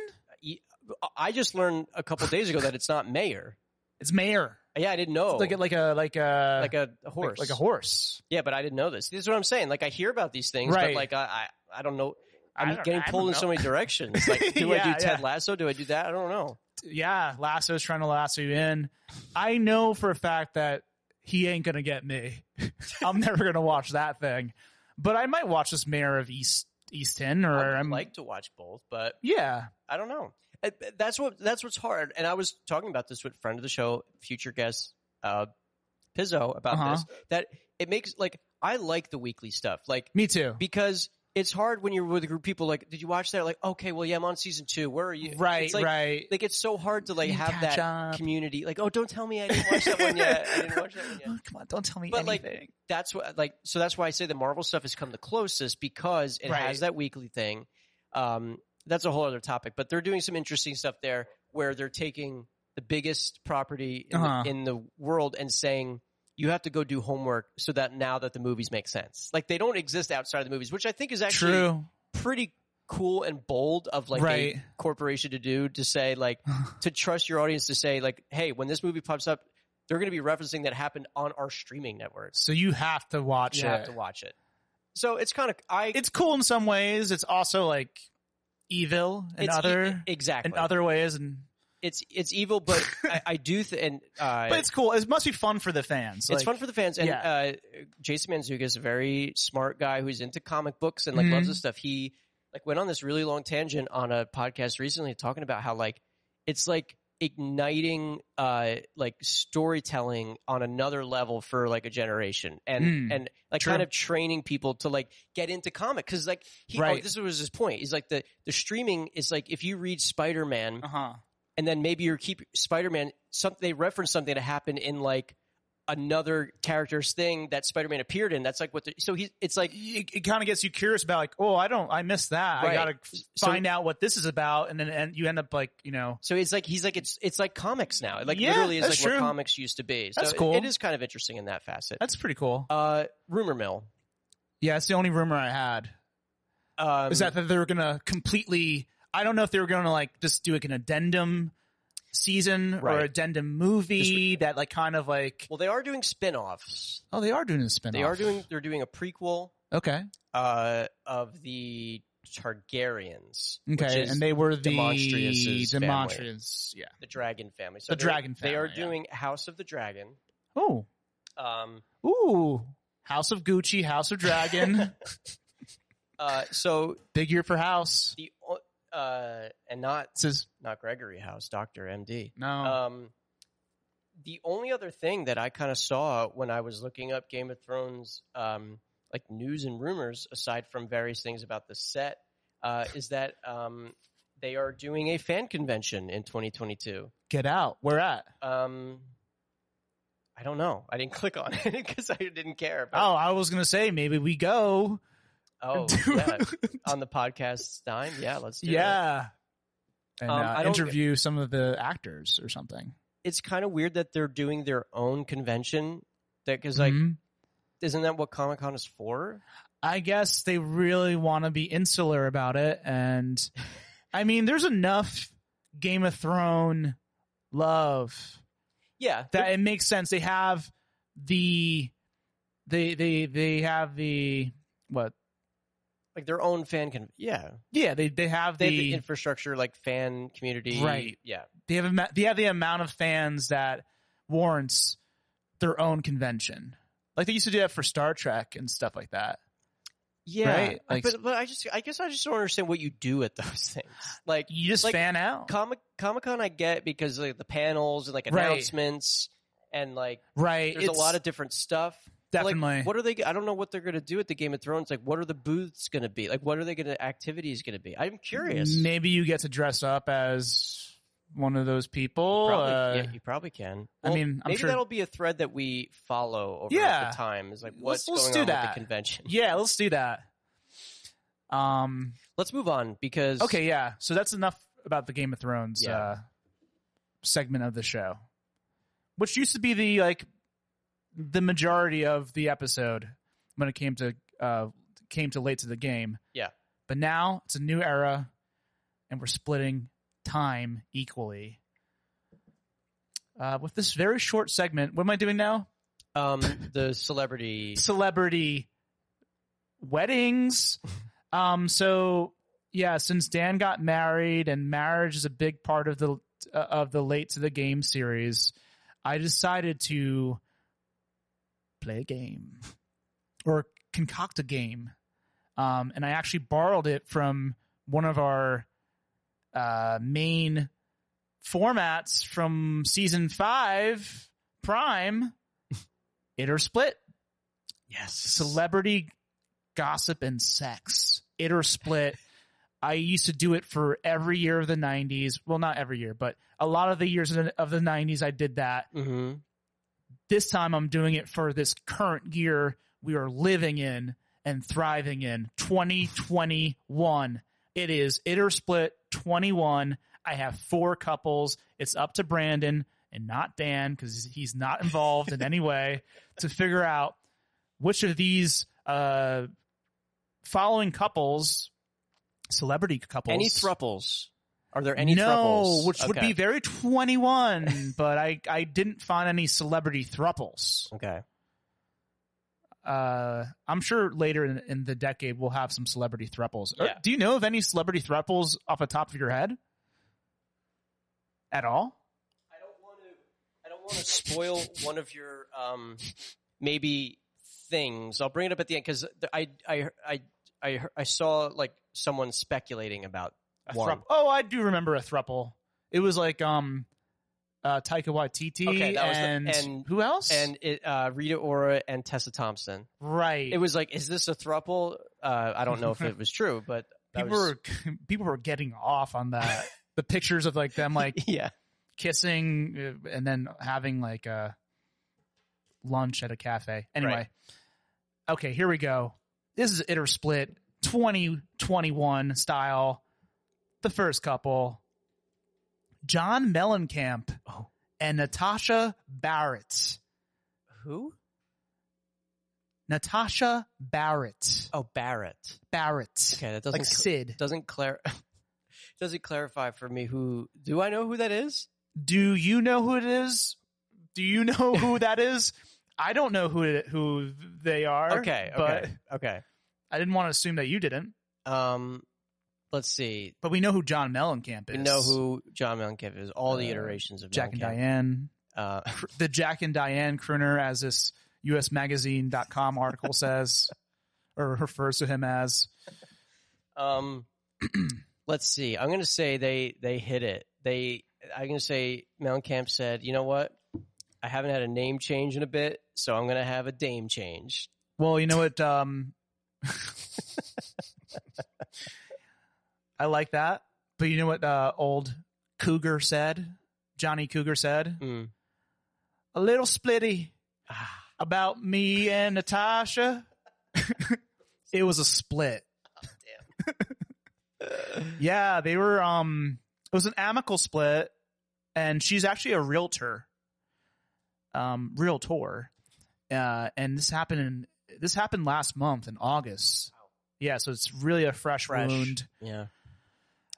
Speaker 1: I just learned a couple days ago that it's not mayor.
Speaker 2: It's mayor,
Speaker 1: Yeah, I didn't know.
Speaker 2: like like a like a
Speaker 1: Oh. like a, a
Speaker 2: like-
Speaker 1: horse.
Speaker 2: like a horse.
Speaker 1: Yeah, but I didn't know this. This is what I'm saying. Like I hear about these things, but
Speaker 2: Right.
Speaker 1: like I, I, I don't know.
Speaker 2: I
Speaker 1: I'm
Speaker 2: don't-
Speaker 1: getting
Speaker 2: I
Speaker 1: pulled
Speaker 2: don't
Speaker 1: in so
Speaker 2: know.
Speaker 1: many directions. Like, do I
Speaker 2: Yeah,
Speaker 1: do Ted
Speaker 2: yeah.
Speaker 1: Lasso? Do I do that? I don't know.
Speaker 2: yeah, Lasso's trying to lasso you in. I know for a fact that he ain't gonna get me. I'm never gonna watch that thing. But I might watch this Mayor of East Easton or
Speaker 1: I'd
Speaker 2: I'm
Speaker 1: like to watch both, but
Speaker 2: Yeah.
Speaker 1: I don't know. Uh, That's what that's what's hard. And I was talking about this with friend of the show, future guest uh, Pizzo, about
Speaker 2: Uh-huh.
Speaker 1: this. That it makes like I like the weekly stuff, like
Speaker 2: Me too.
Speaker 1: because it's hard when you're with a group of people. Like, did you watch that? Like, okay, well, yeah, I'm on season two. Where are you?
Speaker 2: right,
Speaker 1: It's like,
Speaker 2: right.
Speaker 1: Like, it's so hard to like
Speaker 2: You
Speaker 1: have
Speaker 2: catch
Speaker 1: that
Speaker 2: up.
Speaker 1: community. Like, oh, don't tell me I didn't watch that one yet. I didn't watch that one yet.
Speaker 2: Oh, come on, don't tell me
Speaker 1: But, like,
Speaker 2: anything.
Speaker 1: that's what like so that's why I say the Marvel stuff has come the closest because it
Speaker 2: Right.
Speaker 1: has that weekly thing. Um, that's a whole other topic, but they're doing some interesting stuff there where they're taking the biggest property in,
Speaker 2: Uh-huh.
Speaker 1: the, in the world and saying you have to go do homework so that now that the movies make sense. Like they don't exist outside of the movies, which I think is actually
Speaker 2: True.
Speaker 1: pretty cool and bold of like
Speaker 2: Right.
Speaker 1: a corporation to do to say like to trust your audience to say like, hey, when this movie pops up, they're going to be referencing that happened on our streaming networks
Speaker 2: So you have to watch
Speaker 1: you
Speaker 2: it.
Speaker 1: have to watch it. So it's kind of I
Speaker 2: It's cool in some ways. It's also like evil in
Speaker 1: it's e-
Speaker 2: other
Speaker 1: exactly
Speaker 2: in other ways and
Speaker 1: it's it's evil, but I, I do th- and uh,
Speaker 2: but it's cool. It must be fun for the
Speaker 1: it's
Speaker 2: fans. Like,
Speaker 1: fun for the fans. And
Speaker 2: yeah.
Speaker 1: uh, Jason Manzuka is a very smart guy who's into comic books and like
Speaker 2: Mhm.
Speaker 1: loves this stuff. He like went on this really long tangent on a podcast recently talking about how like it's like igniting uh like storytelling on another level for like a generation and
Speaker 2: Mm.
Speaker 1: and like
Speaker 2: True.
Speaker 1: kind of training people to like get into comic because like he, oh,
Speaker 2: Right.
Speaker 1: this was his point he's like the the streaming is like if you read spider-man
Speaker 2: uh-huh.
Speaker 1: and then maybe you keep Spider-Man. Some, they reference something that happened in like another character's thing that Spider-Man appeared in. That's like what. The, so he, it's like
Speaker 2: it, it kind of gets you curious about like, oh, I don't, I missed that.
Speaker 1: Right.
Speaker 2: I gotta f-
Speaker 1: So-
Speaker 2: find out what this is about, and then and you end up like, you know,
Speaker 1: so it's like he's like it's it's like comics now. It like
Speaker 2: Yeah,
Speaker 1: literally is like
Speaker 2: that's
Speaker 1: what
Speaker 2: true.
Speaker 1: comics used to be. So
Speaker 2: That's
Speaker 1: it-
Speaker 2: cool.
Speaker 1: it is kind of interesting in that facet.
Speaker 2: that's pretty cool.
Speaker 1: Uh, rumor mill.
Speaker 2: yeah, it's the only rumor I had
Speaker 1: Um,
Speaker 2: is that that they were gonna completely. I don't know if they were gonna like just do like an addendum season or
Speaker 1: Right.
Speaker 2: addendum movie that like kind of like.
Speaker 1: well? They are doing spin-offs.
Speaker 2: Oh, they are doing a spin.
Speaker 1: They are doing they're doing a prequel
Speaker 2: okay,
Speaker 1: uh, of the Targaryens. which
Speaker 2: okay,
Speaker 1: is
Speaker 2: and they were the
Speaker 1: Demonstrius's family.
Speaker 2: Demonstrius. Yeah.
Speaker 1: the Dragon family. So
Speaker 2: The
Speaker 1: they're-
Speaker 2: Dragon
Speaker 1: They are
Speaker 2: family, yeah.
Speaker 1: doing House of the Dragon.
Speaker 2: Oh,
Speaker 1: Um,
Speaker 2: ooh, House of Gucci, House of Dragon,
Speaker 1: Uh, so
Speaker 2: big year for House.
Speaker 1: the o- uh, and not
Speaker 2: This is
Speaker 1: not Gregory House, Doctor MD.
Speaker 2: no.
Speaker 1: Um, the only other thing that I kind of saw when I was looking up Game of Thrones, um, like news and rumors, aside from various things about the set, uh, is that um, they are doing a fan convention in 2022.
Speaker 2: Get out. We're at.
Speaker 1: Um, I don't know. I didn't click on it because I didn't care. But,
Speaker 2: Oh, I was gonna say maybe we go.
Speaker 1: uh, oh, yeah. on the podcast dime. Yeah, let's do it.
Speaker 2: yeah. And
Speaker 1: Um,
Speaker 2: uh,
Speaker 1: I don't-
Speaker 2: interview some of the actors or something.
Speaker 1: it's kind of weird that they're doing their own convention. That because like,
Speaker 2: Mhm.
Speaker 1: isn't that what Comic Con is for?
Speaker 2: I guess they really want to be insular about it, and I mean, there's enough Game of Thrones love
Speaker 1: Yeah,
Speaker 2: that it makes sense. They have the they they they have the what?
Speaker 1: like their own fan con. Yeah,
Speaker 2: Yeah, they they have
Speaker 1: they
Speaker 2: the
Speaker 1: have the infrastructure, like fan community.
Speaker 2: Right.
Speaker 1: Yeah.
Speaker 2: they have a, ma- they have the amount of fans that warrants their own convention. Like they used to do that for Star Trek and stuff like that.
Speaker 1: Yeah.
Speaker 2: Right, like-
Speaker 1: but but I just I guess I just don't understand what you do at those things. Like
Speaker 2: You just
Speaker 1: Like,
Speaker 2: fan out,
Speaker 1: Comic Comic Con, I get because like the panels and like
Speaker 2: Right.
Speaker 1: announcements and like
Speaker 2: right?
Speaker 1: there's a
Speaker 2: It's
Speaker 1: lot of different stuff. But,
Speaker 2: definitely.
Speaker 1: Like, what are they? I don't know what they're going to do at the Game of Thrones. Like, what are the booths going to be? Like, what are they going to activities going to be? I'm curious.
Speaker 2: Maybe you get to dress up as one of those people.
Speaker 1: Probably,
Speaker 2: uh,
Speaker 1: yeah, you probably can.
Speaker 2: I mean, I'm
Speaker 1: maybe
Speaker 2: sure-
Speaker 1: that'll be a thread that we follow over
Speaker 2: Yeah.
Speaker 1: the time. Is like what's
Speaker 2: Let's- let's
Speaker 1: going
Speaker 2: do
Speaker 1: on with
Speaker 2: that.
Speaker 1: the convention.
Speaker 2: yeah, let's do that. Um.
Speaker 1: Let's move on because
Speaker 2: Okay. Yeah. So that's enough about the Game uh, of Thrones
Speaker 1: Yeah.
Speaker 2: uh, segment of the show. which used to be the like the majority of the episode when it came to uh came to late to the game.
Speaker 1: Yeah.
Speaker 2: But now it's a new era and we're splitting time equally. Uh, with this very short segment, what am I doing now?
Speaker 1: Um, the celebrity.
Speaker 2: Celebrity weddings. um, so yeah, since Dan got married and marriage is a big part of the uh, of the late to the game series, I decided to play a game or concoct a game. Um, and I actually borrowed it from one of our uh, main formats from season five, Prime, Inter Split
Speaker 1: Yes.
Speaker 2: celebrity gossip and sex it or split i used to do it for every year of the 90s well not every year but a lot of the years of the, of the 90s i did that
Speaker 1: hmm
Speaker 2: this time i'm doing it for this current year we are living in and thriving in 2021 it is it or split 21 i have four couples it's up to brandon and not dan because he's not involved in any way to figure out which of these uh, following couples, celebrity couples,
Speaker 1: Any thruples? Are there any
Speaker 2: no,
Speaker 1: thruples?
Speaker 2: which would
Speaker 1: Okay.
Speaker 2: be very twenty one, but I I didn't find any celebrity thruples.
Speaker 1: Okay.
Speaker 2: Uh, I'm sure later in, in the decade we'll have some celebrity thruples. Or-
Speaker 1: Yeah.
Speaker 2: Do you know of any celebrity thruples off the top of your head? At all?
Speaker 1: I don't want to. I don't want to spoil one of your um, maybe things. I'll bring it up at the end because I, I I I I saw like someone speculating about
Speaker 2: A
Speaker 1: one.
Speaker 2: thrup- oh, I do remember a thruple. It was like um, uh, Taika Waititi
Speaker 1: Okay, that was the-
Speaker 2: and,
Speaker 1: and-
Speaker 2: who else?
Speaker 1: and it, uh, Rita Ora and Tessa Thompson.
Speaker 2: right,
Speaker 1: It was like, is this a thruple? Uh, I don't know if it was true, but that
Speaker 2: people
Speaker 1: was-
Speaker 2: were people were getting off on that. the pictures of like them like
Speaker 1: yeah,
Speaker 2: kissing uh, and then having like a lunch at a cafe. Anyway,
Speaker 1: Right.
Speaker 2: okay, here we go. This is Iter Split 2021 style. The first couple, John Mellencamp
Speaker 1: Oh.
Speaker 2: and Natasha Barrett.
Speaker 1: who?
Speaker 2: Natasha Barrett.
Speaker 1: Oh, Barrett.
Speaker 2: Barrett.
Speaker 1: Okay, that doesn't
Speaker 2: Like Sid.
Speaker 1: doesn't clar- doesn't clarify for me who. Do I know who that is?
Speaker 2: Do you know who it is? Do you know who that is? I don't know who it, who they are.
Speaker 1: Okay,
Speaker 2: but
Speaker 1: okay, okay.
Speaker 2: I didn't want to assume that you didn't.
Speaker 1: Um, let's see.
Speaker 2: But we know who John Mellencamp is.
Speaker 1: We know who John Mellencamp is. All the
Speaker 2: Uh,
Speaker 1: iterations of
Speaker 2: Jack and
Speaker 1: Mellencamp.
Speaker 2: Diane,
Speaker 1: Uh,
Speaker 2: the Jack and Diane crooner, as this USMagazine.com article says, or refers to him as.
Speaker 1: um, let's see. I'm going to say they they hit it. They. I'm going to say Mellencamp said, "You know what? I haven't had a name change in a bit, so I'm going to have a dame change."
Speaker 2: Well, you know what? Um, I like that. But you know what? Uh, old Cougar said, Johnny Cougar said,
Speaker 1: Mm.
Speaker 2: a little splitty
Speaker 1: Ah,
Speaker 2: about me and Natasha. it was a split.
Speaker 1: Oh, damn.
Speaker 2: Yeah, they were um it was an amicable split and she's actually a realtor. Um realtor. Uh and this happened in this happened last month in August. Yeah, so it's really a fresh,
Speaker 1: Fresh.
Speaker 2: wound.
Speaker 1: yeah.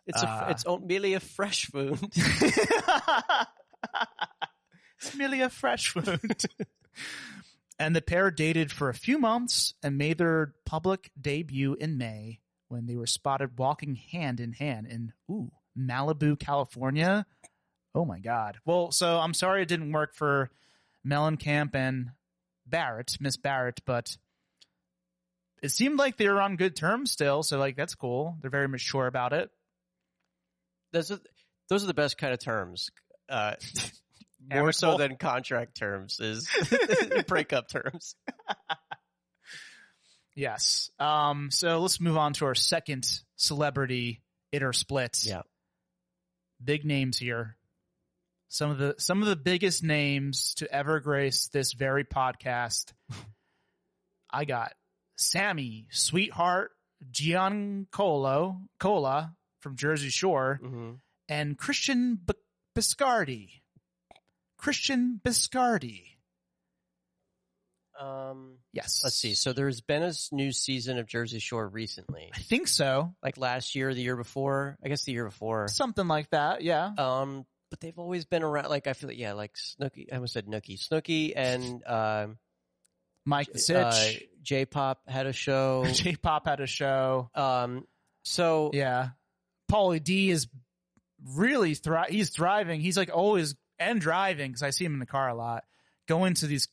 Speaker 1: It's a,
Speaker 2: Uh,
Speaker 1: it's o- merely a fresh wound.
Speaker 2: it's merely a fresh wound. and the pair dated for a few months and made their public debut in May when they were spotted walking hand in hand in ooh, Malibu, California. Oh my god. Well, so I'm sorry it didn't work for Mellencamp and Barrett, Miss Barrett, but it seemed like they were on good terms still, so like that's cool. They're very mature about it.
Speaker 1: those are, those are the best kind of terms. Uh, more so
Speaker 2: Amicable.
Speaker 1: than contract terms is breakup terms.
Speaker 2: Yes. Um, so let's move on to our second celebrity inter split.
Speaker 1: Yeah.
Speaker 2: Big names here. Some of the some of the biggest names to ever grace this very podcast. I got Sammy Sweetheart Giancolo Cola from Jersey Shore
Speaker 1: hmm
Speaker 2: and Christian B- Biscardi. Christian Biscardi.
Speaker 1: Um,
Speaker 2: Yes.
Speaker 1: let's see. So there's been a s- new season of Jersey Shore recently,
Speaker 2: I think so.
Speaker 1: like last year, the year before. I guess the year before.
Speaker 2: Something like that. Yeah.
Speaker 1: Um, but they've always been around. Like I feel like yeah, like Snooki. I almost said Nookie. Snooki and um,
Speaker 2: Mike the Sitch.
Speaker 1: uh, J-pop had a show.
Speaker 2: J Pop had a show.
Speaker 1: um, so
Speaker 2: Yeah. Paulie D is really thri- he's thriving. He's like always and driving because I see him in the car a lot, going to these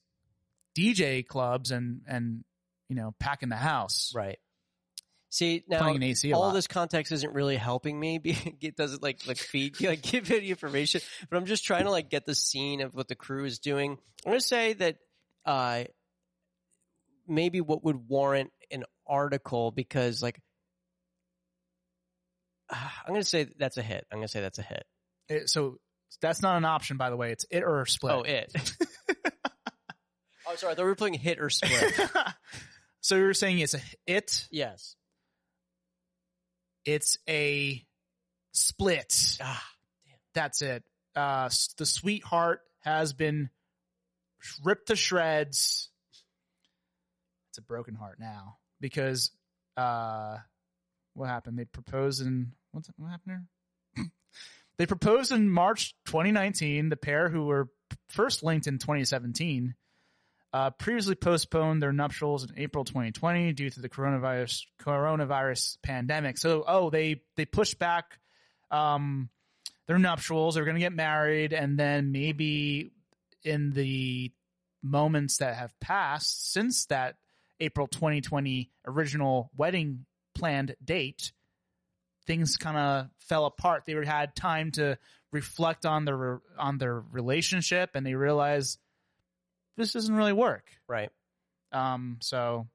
Speaker 2: DJ clubs and and you know packing the house,
Speaker 1: right. See now,
Speaker 2: playing an AC a
Speaker 1: all
Speaker 2: lot.
Speaker 1: this context isn't really helping me. Be, it doesn't like like feed like give any information. But I'm just trying to like get the scene of what the crew is doing. I'm gonna say that uh, maybe what would warrant an article because like I'm gonna say that's a hit. I'm gonna say that's a hit.
Speaker 2: It- so that's not an option, by the way. It's it or split.
Speaker 1: Oh, it. oh, sorry. I thought we were playing hit or split.
Speaker 2: so you're saying it's a it,
Speaker 1: yes.
Speaker 2: it's a split.
Speaker 1: Ah,
Speaker 2: That's it. Uh, s- the sweetheart has been sh- ripped to shreds. It's a broken heart now because uh, what happened? They proposed in what's what happened there? they proposed in March 2019. The pair who were p- first linked in 2017. Uh, previously postponed their nuptials in April 2020 due to the coronavirus coronavirus pandemic. So, oh, they they pushed back um, their nuptials. They're going to get married, and then maybe in the moments that have passed since that April 2020 original wedding planned date, things kind of fell apart. They were- had time to reflect on their on their relationship, and they realized this doesn't really work.
Speaker 1: right.
Speaker 2: Um, so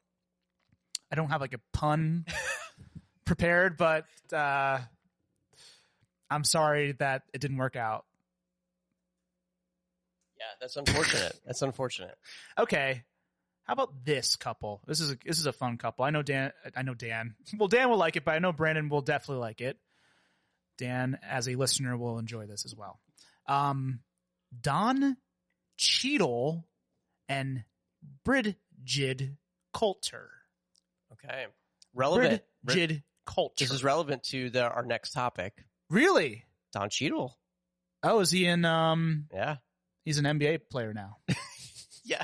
Speaker 2: I don't have like a pun prepared, but uh, I'm sorry that it didn't work out.
Speaker 1: Yeah, that's unfortunate. that's unfortunate.
Speaker 2: Okay, how about this couple? This is a, this is a fun couple. I know Dan. I know Dan. Well, Dan will like it, but I know Brandon will definitely like it. Dan, as a listener, will enjoy this as well. Um, Don Cheadle and Bridgid Coulter.
Speaker 1: Okay. Relevant. Re-
Speaker 2: Bridgid Coulter.
Speaker 1: this is relevant to the, our next topic.
Speaker 2: Really?
Speaker 1: Don Cheadle.
Speaker 2: Oh, is he in? Um,
Speaker 1: Yeah.
Speaker 2: he's an NBA player now.
Speaker 1: Yeah.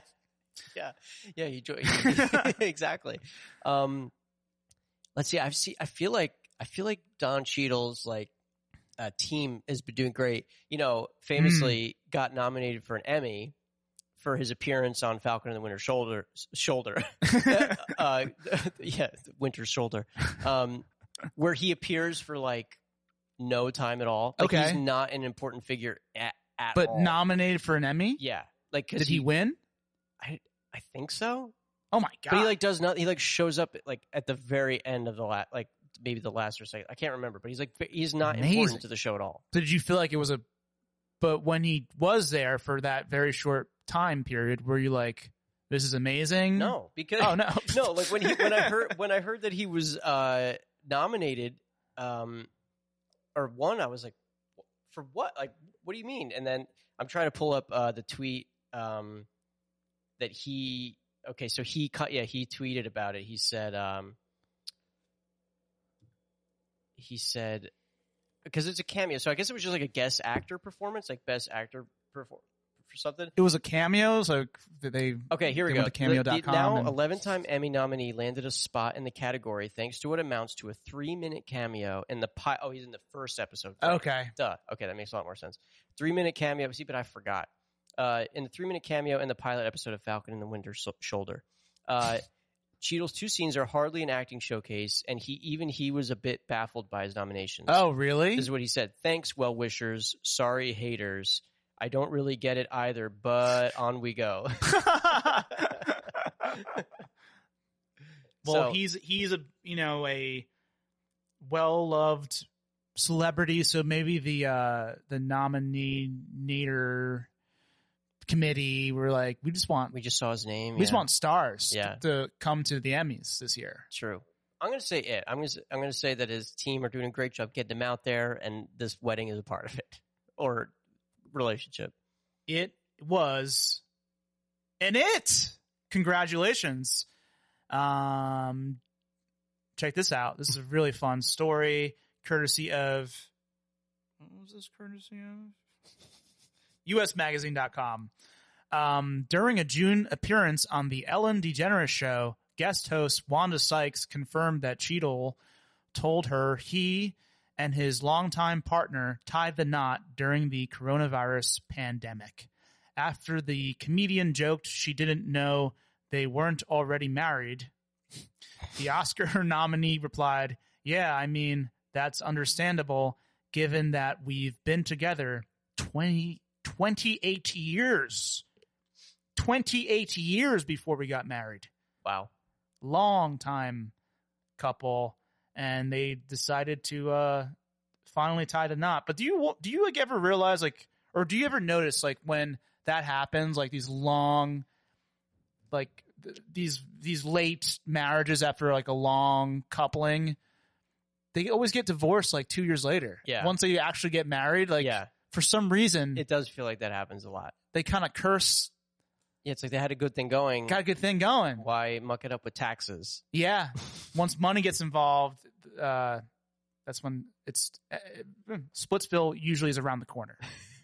Speaker 1: Yeah. Yeah. He joined. exactly. Um, let's see. I've seen, I feel like, I feel like Don Cheadle's like, uh, team has been doing great. You know, famously got nominated for an Emmy for his appearance on Falcon and the Winter Shoulder, shoulder, uh, yeah, Winter Shoulder, um, where he appears for like no time at all. Like
Speaker 2: Okay.
Speaker 1: he's not an important figure at, at
Speaker 2: but
Speaker 1: all.
Speaker 2: nominated for an Emmy.
Speaker 1: yeah, like because
Speaker 2: Did he, win?
Speaker 1: I think so.
Speaker 2: Oh my god!
Speaker 1: But he like does not. He like shows up like at the very end of the last, like maybe the last or second. I can't remember. But he's like v- he's not
Speaker 2: Amazing.
Speaker 1: important to the show at all.
Speaker 2: Did you feel like it was a? But when he was there for that very short time period, were you like, "This is amazing"?
Speaker 1: No, because
Speaker 2: Oh no.
Speaker 1: no, like when he when I heard when I heard that he was uh nominated, um, or won, I was like, for what? Like, what do you mean? And then I'm trying to pull up uh the tweet um that he okay, so he cut yeah he tweeted about it. He said um he said because it's a cameo, so I guess it was just like a guest actor performance, like best actor perform for something.
Speaker 2: it was a cameo. So did they.
Speaker 1: Okay, here we
Speaker 2: They
Speaker 1: go.
Speaker 2: went to cameo.com
Speaker 1: The- the now
Speaker 2: and-
Speaker 1: 11-time Emmy nominee landed a spot in the category thanks to what amounts to a three-minute cameo in the pi- Oh, he's in the first episode. Right.
Speaker 2: Okay.
Speaker 1: Duh. Okay, that makes a lot more sense. Three-minute cameo. See, but I forgot. Uh, in the three-minute cameo in the pilot episode of Falcon and the Winter Sol- Shoulder. Uh, Cheadle's two scenes are hardly an acting showcase, and he even he was a bit baffled by his nominations.
Speaker 2: Oh really?
Speaker 1: This is what he said. Thanks, well wishers. Sorry, haters. I don't really get it either, but on we go.
Speaker 2: Well,
Speaker 1: So-
Speaker 2: he's he's a you know a well loved celebrity, so maybe the uh the nominator committee were like, we just want we,
Speaker 1: We just saw his name.
Speaker 2: just
Speaker 1: yeah.
Speaker 2: want stars
Speaker 1: Yeah.
Speaker 2: to, to come to the Emmys this year.
Speaker 1: True. I'm gonna say it. I'm gonna s- I'm gonna say that his team are doing a great job getting him out there, and this wedding is a part of it or relationship.
Speaker 2: It was an it. Congratulations. Um, check this out. This is a really fun story, courtesy of. What was this courtesy of? USMagazine.com. Um, during a June appearance on the Ellen DeGeneres show, guest host Wanda Sykes confirmed that Cheadle told her he and his longtime partner tied the knot during the coronavirus pandemic. After the comedian joked she didn't know they weren't already married, the Oscar nominee replied, Yeah, I mean, that's understandable given that we've been together 20, 28 years. 28 years before we got married.
Speaker 1: Wow.
Speaker 2: Long time couple and they decided to uh finally tie the knot. But do you do you like ever realize like or do you ever notice like when that happens like these long like th- these these late marriages after like a long coupling they always get divorced like 2 years later.
Speaker 1: Yeah.
Speaker 2: Once they actually get married like
Speaker 1: yeah,
Speaker 2: for some reason
Speaker 1: it does feel like that happens a lot.
Speaker 2: they kind of curse
Speaker 1: Yeah, it's like they had a good thing going.
Speaker 2: got a good thing going.
Speaker 1: Why muck it up with taxes?
Speaker 2: Yeah. Once money gets involved, uh, that's when it's uh, Splitsville usually is around the corner.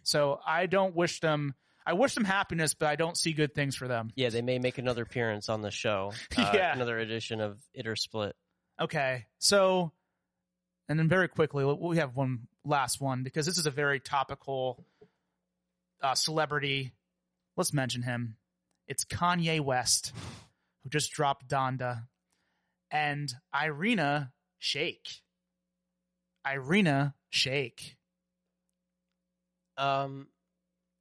Speaker 2: So I don't wish them. I wish them happiness, but I don't see good things for them.
Speaker 1: Yeah, they may make another appearance on the show. Uh,
Speaker 2: Yeah.
Speaker 1: another edition of It or Split.
Speaker 2: Okay. So, and then very quickly, we- we have one last one because this is a very topical uh, celebrity. Let's mention him. It's Kanye West, who just dropped Donda, and Irina Shayk. Irina Shayk.
Speaker 1: Um,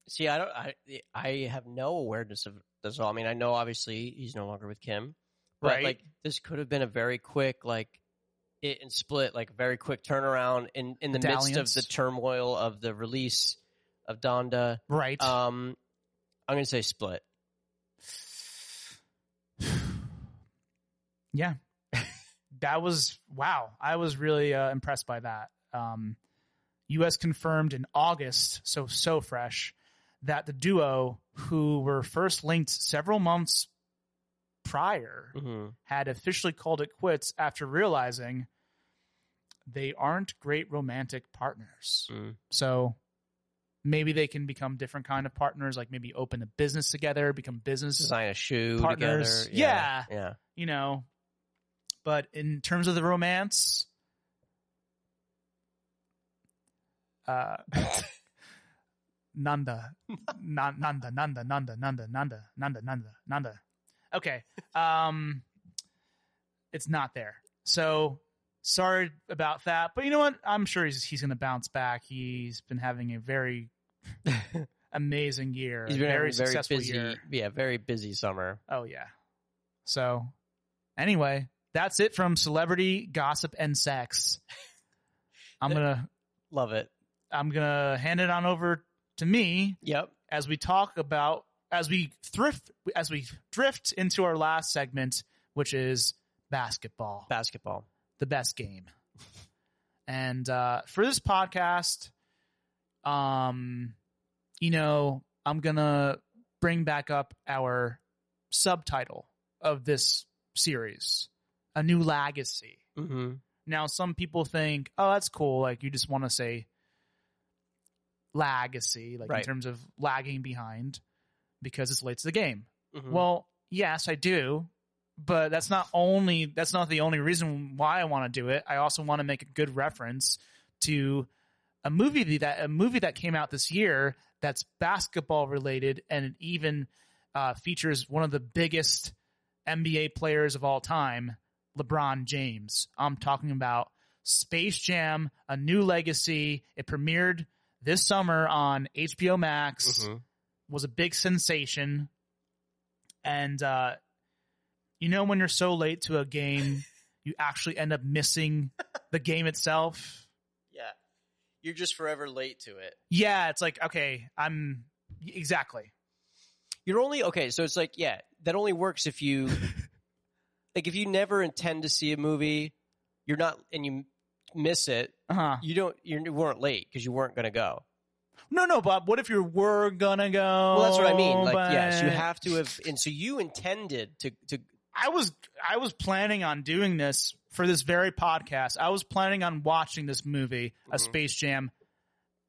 Speaker 1: see, I don't. I I have no awareness of this all. I mean, I know obviously he's no longer with Kim, but
Speaker 2: Right.
Speaker 1: like this could have been a very quick like it and split like very quick turnaround in in the midst
Speaker 2: Dalliance.
Speaker 1: of the turmoil of the release of Donda.
Speaker 2: Right.
Speaker 1: Um, I'm gonna say split.
Speaker 2: yeah. that was wow. I was really uh, impressed by that. Um, US confirmed in August, so so fresh, that the duo who were first linked several months prior
Speaker 1: hmm
Speaker 2: had officially called it quits after realizing they aren't great romantic partners.
Speaker 1: Mm.
Speaker 2: So maybe they can become different kind of partners, like maybe open a business together, become business
Speaker 1: Design a shoe
Speaker 2: Partners.
Speaker 1: together. Yeah, yeah.
Speaker 2: you know. But in terms of the romance, uh, Nanda, Na- Nanda, Nanda, Nanda, Nanda, Nanda, Nanda, Nanda, Nanda. Okay, um, it's not there. So sorry about that. But you know what? I'm sure he's he's going to bounce back. He's been having a very amazing year.
Speaker 1: He's been having
Speaker 2: very
Speaker 1: a very
Speaker 2: successful
Speaker 1: busy.
Speaker 2: year.
Speaker 1: Yeah, very busy summer.
Speaker 2: Oh yeah. So anyway, that's it from celebrity gossip and sex. I'm gonna
Speaker 1: Love it.
Speaker 2: I'm gonna hand it on over to me
Speaker 1: Yep.
Speaker 2: as we talk about as we thrift as we drift into our last segment, which is basketball
Speaker 1: Basketball.
Speaker 2: the best game. And uh, for this podcast, um, you know, I'm gonna bring back up our subtitle of this series, "A New Legacy."
Speaker 1: hmm
Speaker 2: Now, some people think, "Oh, that's cool." Like you just want to say legacy, like in
Speaker 1: Right.
Speaker 2: terms of lagging behind because it's late to the game.
Speaker 1: hmm
Speaker 2: Well, yes, I do, but that's not only that's not the only reason why I want to do it. I also want to make a good reference to a movie that a movie that came out this year that's basketball related and it even uh, features one of the biggest NBA players of all time, LeBron James. I'm talking about Space Jam: A New Legacy. It premiered this summer on HBO Max
Speaker 1: Mhm.
Speaker 2: was a big sensation. And uh, you know when you're so late to a game, you actually end up missing the game itself.
Speaker 1: Yeah. You're just forever late to it.
Speaker 2: Yeah, it's like okay, I'm exactly
Speaker 1: You're only okay, so it's like, yeah, that only works if you like if you never intend to see a movie, you're not and you miss it,
Speaker 2: uh huh.
Speaker 1: Uh-huh. you don't you're, you weren't late because you weren't going to go.
Speaker 2: no, no, Bob. What if you were gonna go?
Speaker 1: Well, that's what I mean. Like,
Speaker 2: Oh,
Speaker 1: yes, you have to have, and so you intended to to
Speaker 2: I was I was planning on doing this for this very podcast. I was planning on watching this movie, a
Speaker 1: Mhm.
Speaker 2: Space Jam,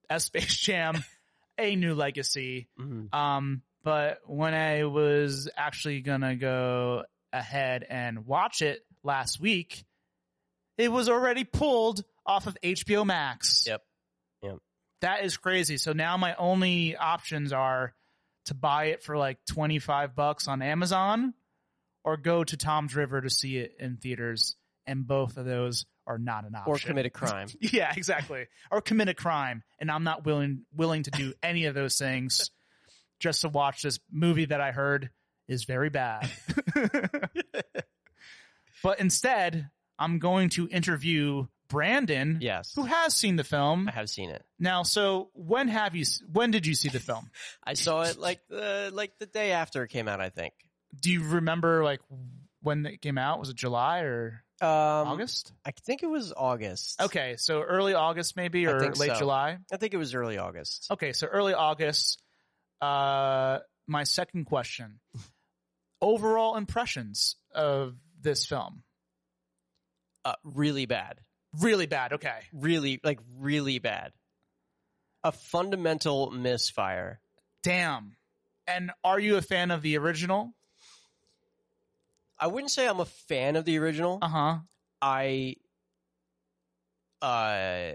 Speaker 2: a Space Jam, a New Legacy.
Speaker 1: Mm-hmm.
Speaker 2: Um, but when I was actually gonna go ahead and watch it last week, it was already pulled off of HBO Max.
Speaker 1: Yep. Yep.
Speaker 2: That is crazy. So now my only options are to buy it for like 25 bucks on Amazon or go to Tom's River to see it in theaters and both of those are not an option.
Speaker 1: or commit a crime.
Speaker 2: Yeah, exactly. Or commit a crime, and I'm not willing willing to do any of those things just to watch this movie that I heard is very bad. but instead, I'm going to interview Brandon,
Speaker 1: yes,
Speaker 2: who has seen the film.
Speaker 1: I have seen it.
Speaker 2: Now, so when have you? s- When did you see the film?
Speaker 1: I saw it like the like the day after it came out. I think
Speaker 2: Do you remember like when it came out? Was it July or
Speaker 1: um,
Speaker 2: August?
Speaker 1: I think it was August.
Speaker 2: Okay, so early August maybe
Speaker 1: I
Speaker 2: or
Speaker 1: think
Speaker 2: late
Speaker 1: so.
Speaker 2: July.
Speaker 1: I think it was early August.
Speaker 2: Okay, so early August. Uh, my second question: overall impressions of this film.
Speaker 1: Uh, really bad.
Speaker 2: Really bad. Okay,
Speaker 1: Really like really bad. A fundamental misfire.
Speaker 2: damn. And are you a fan of the original?
Speaker 1: I wouldn't say I'm a fan of the original.
Speaker 2: Uh huh.
Speaker 1: I uh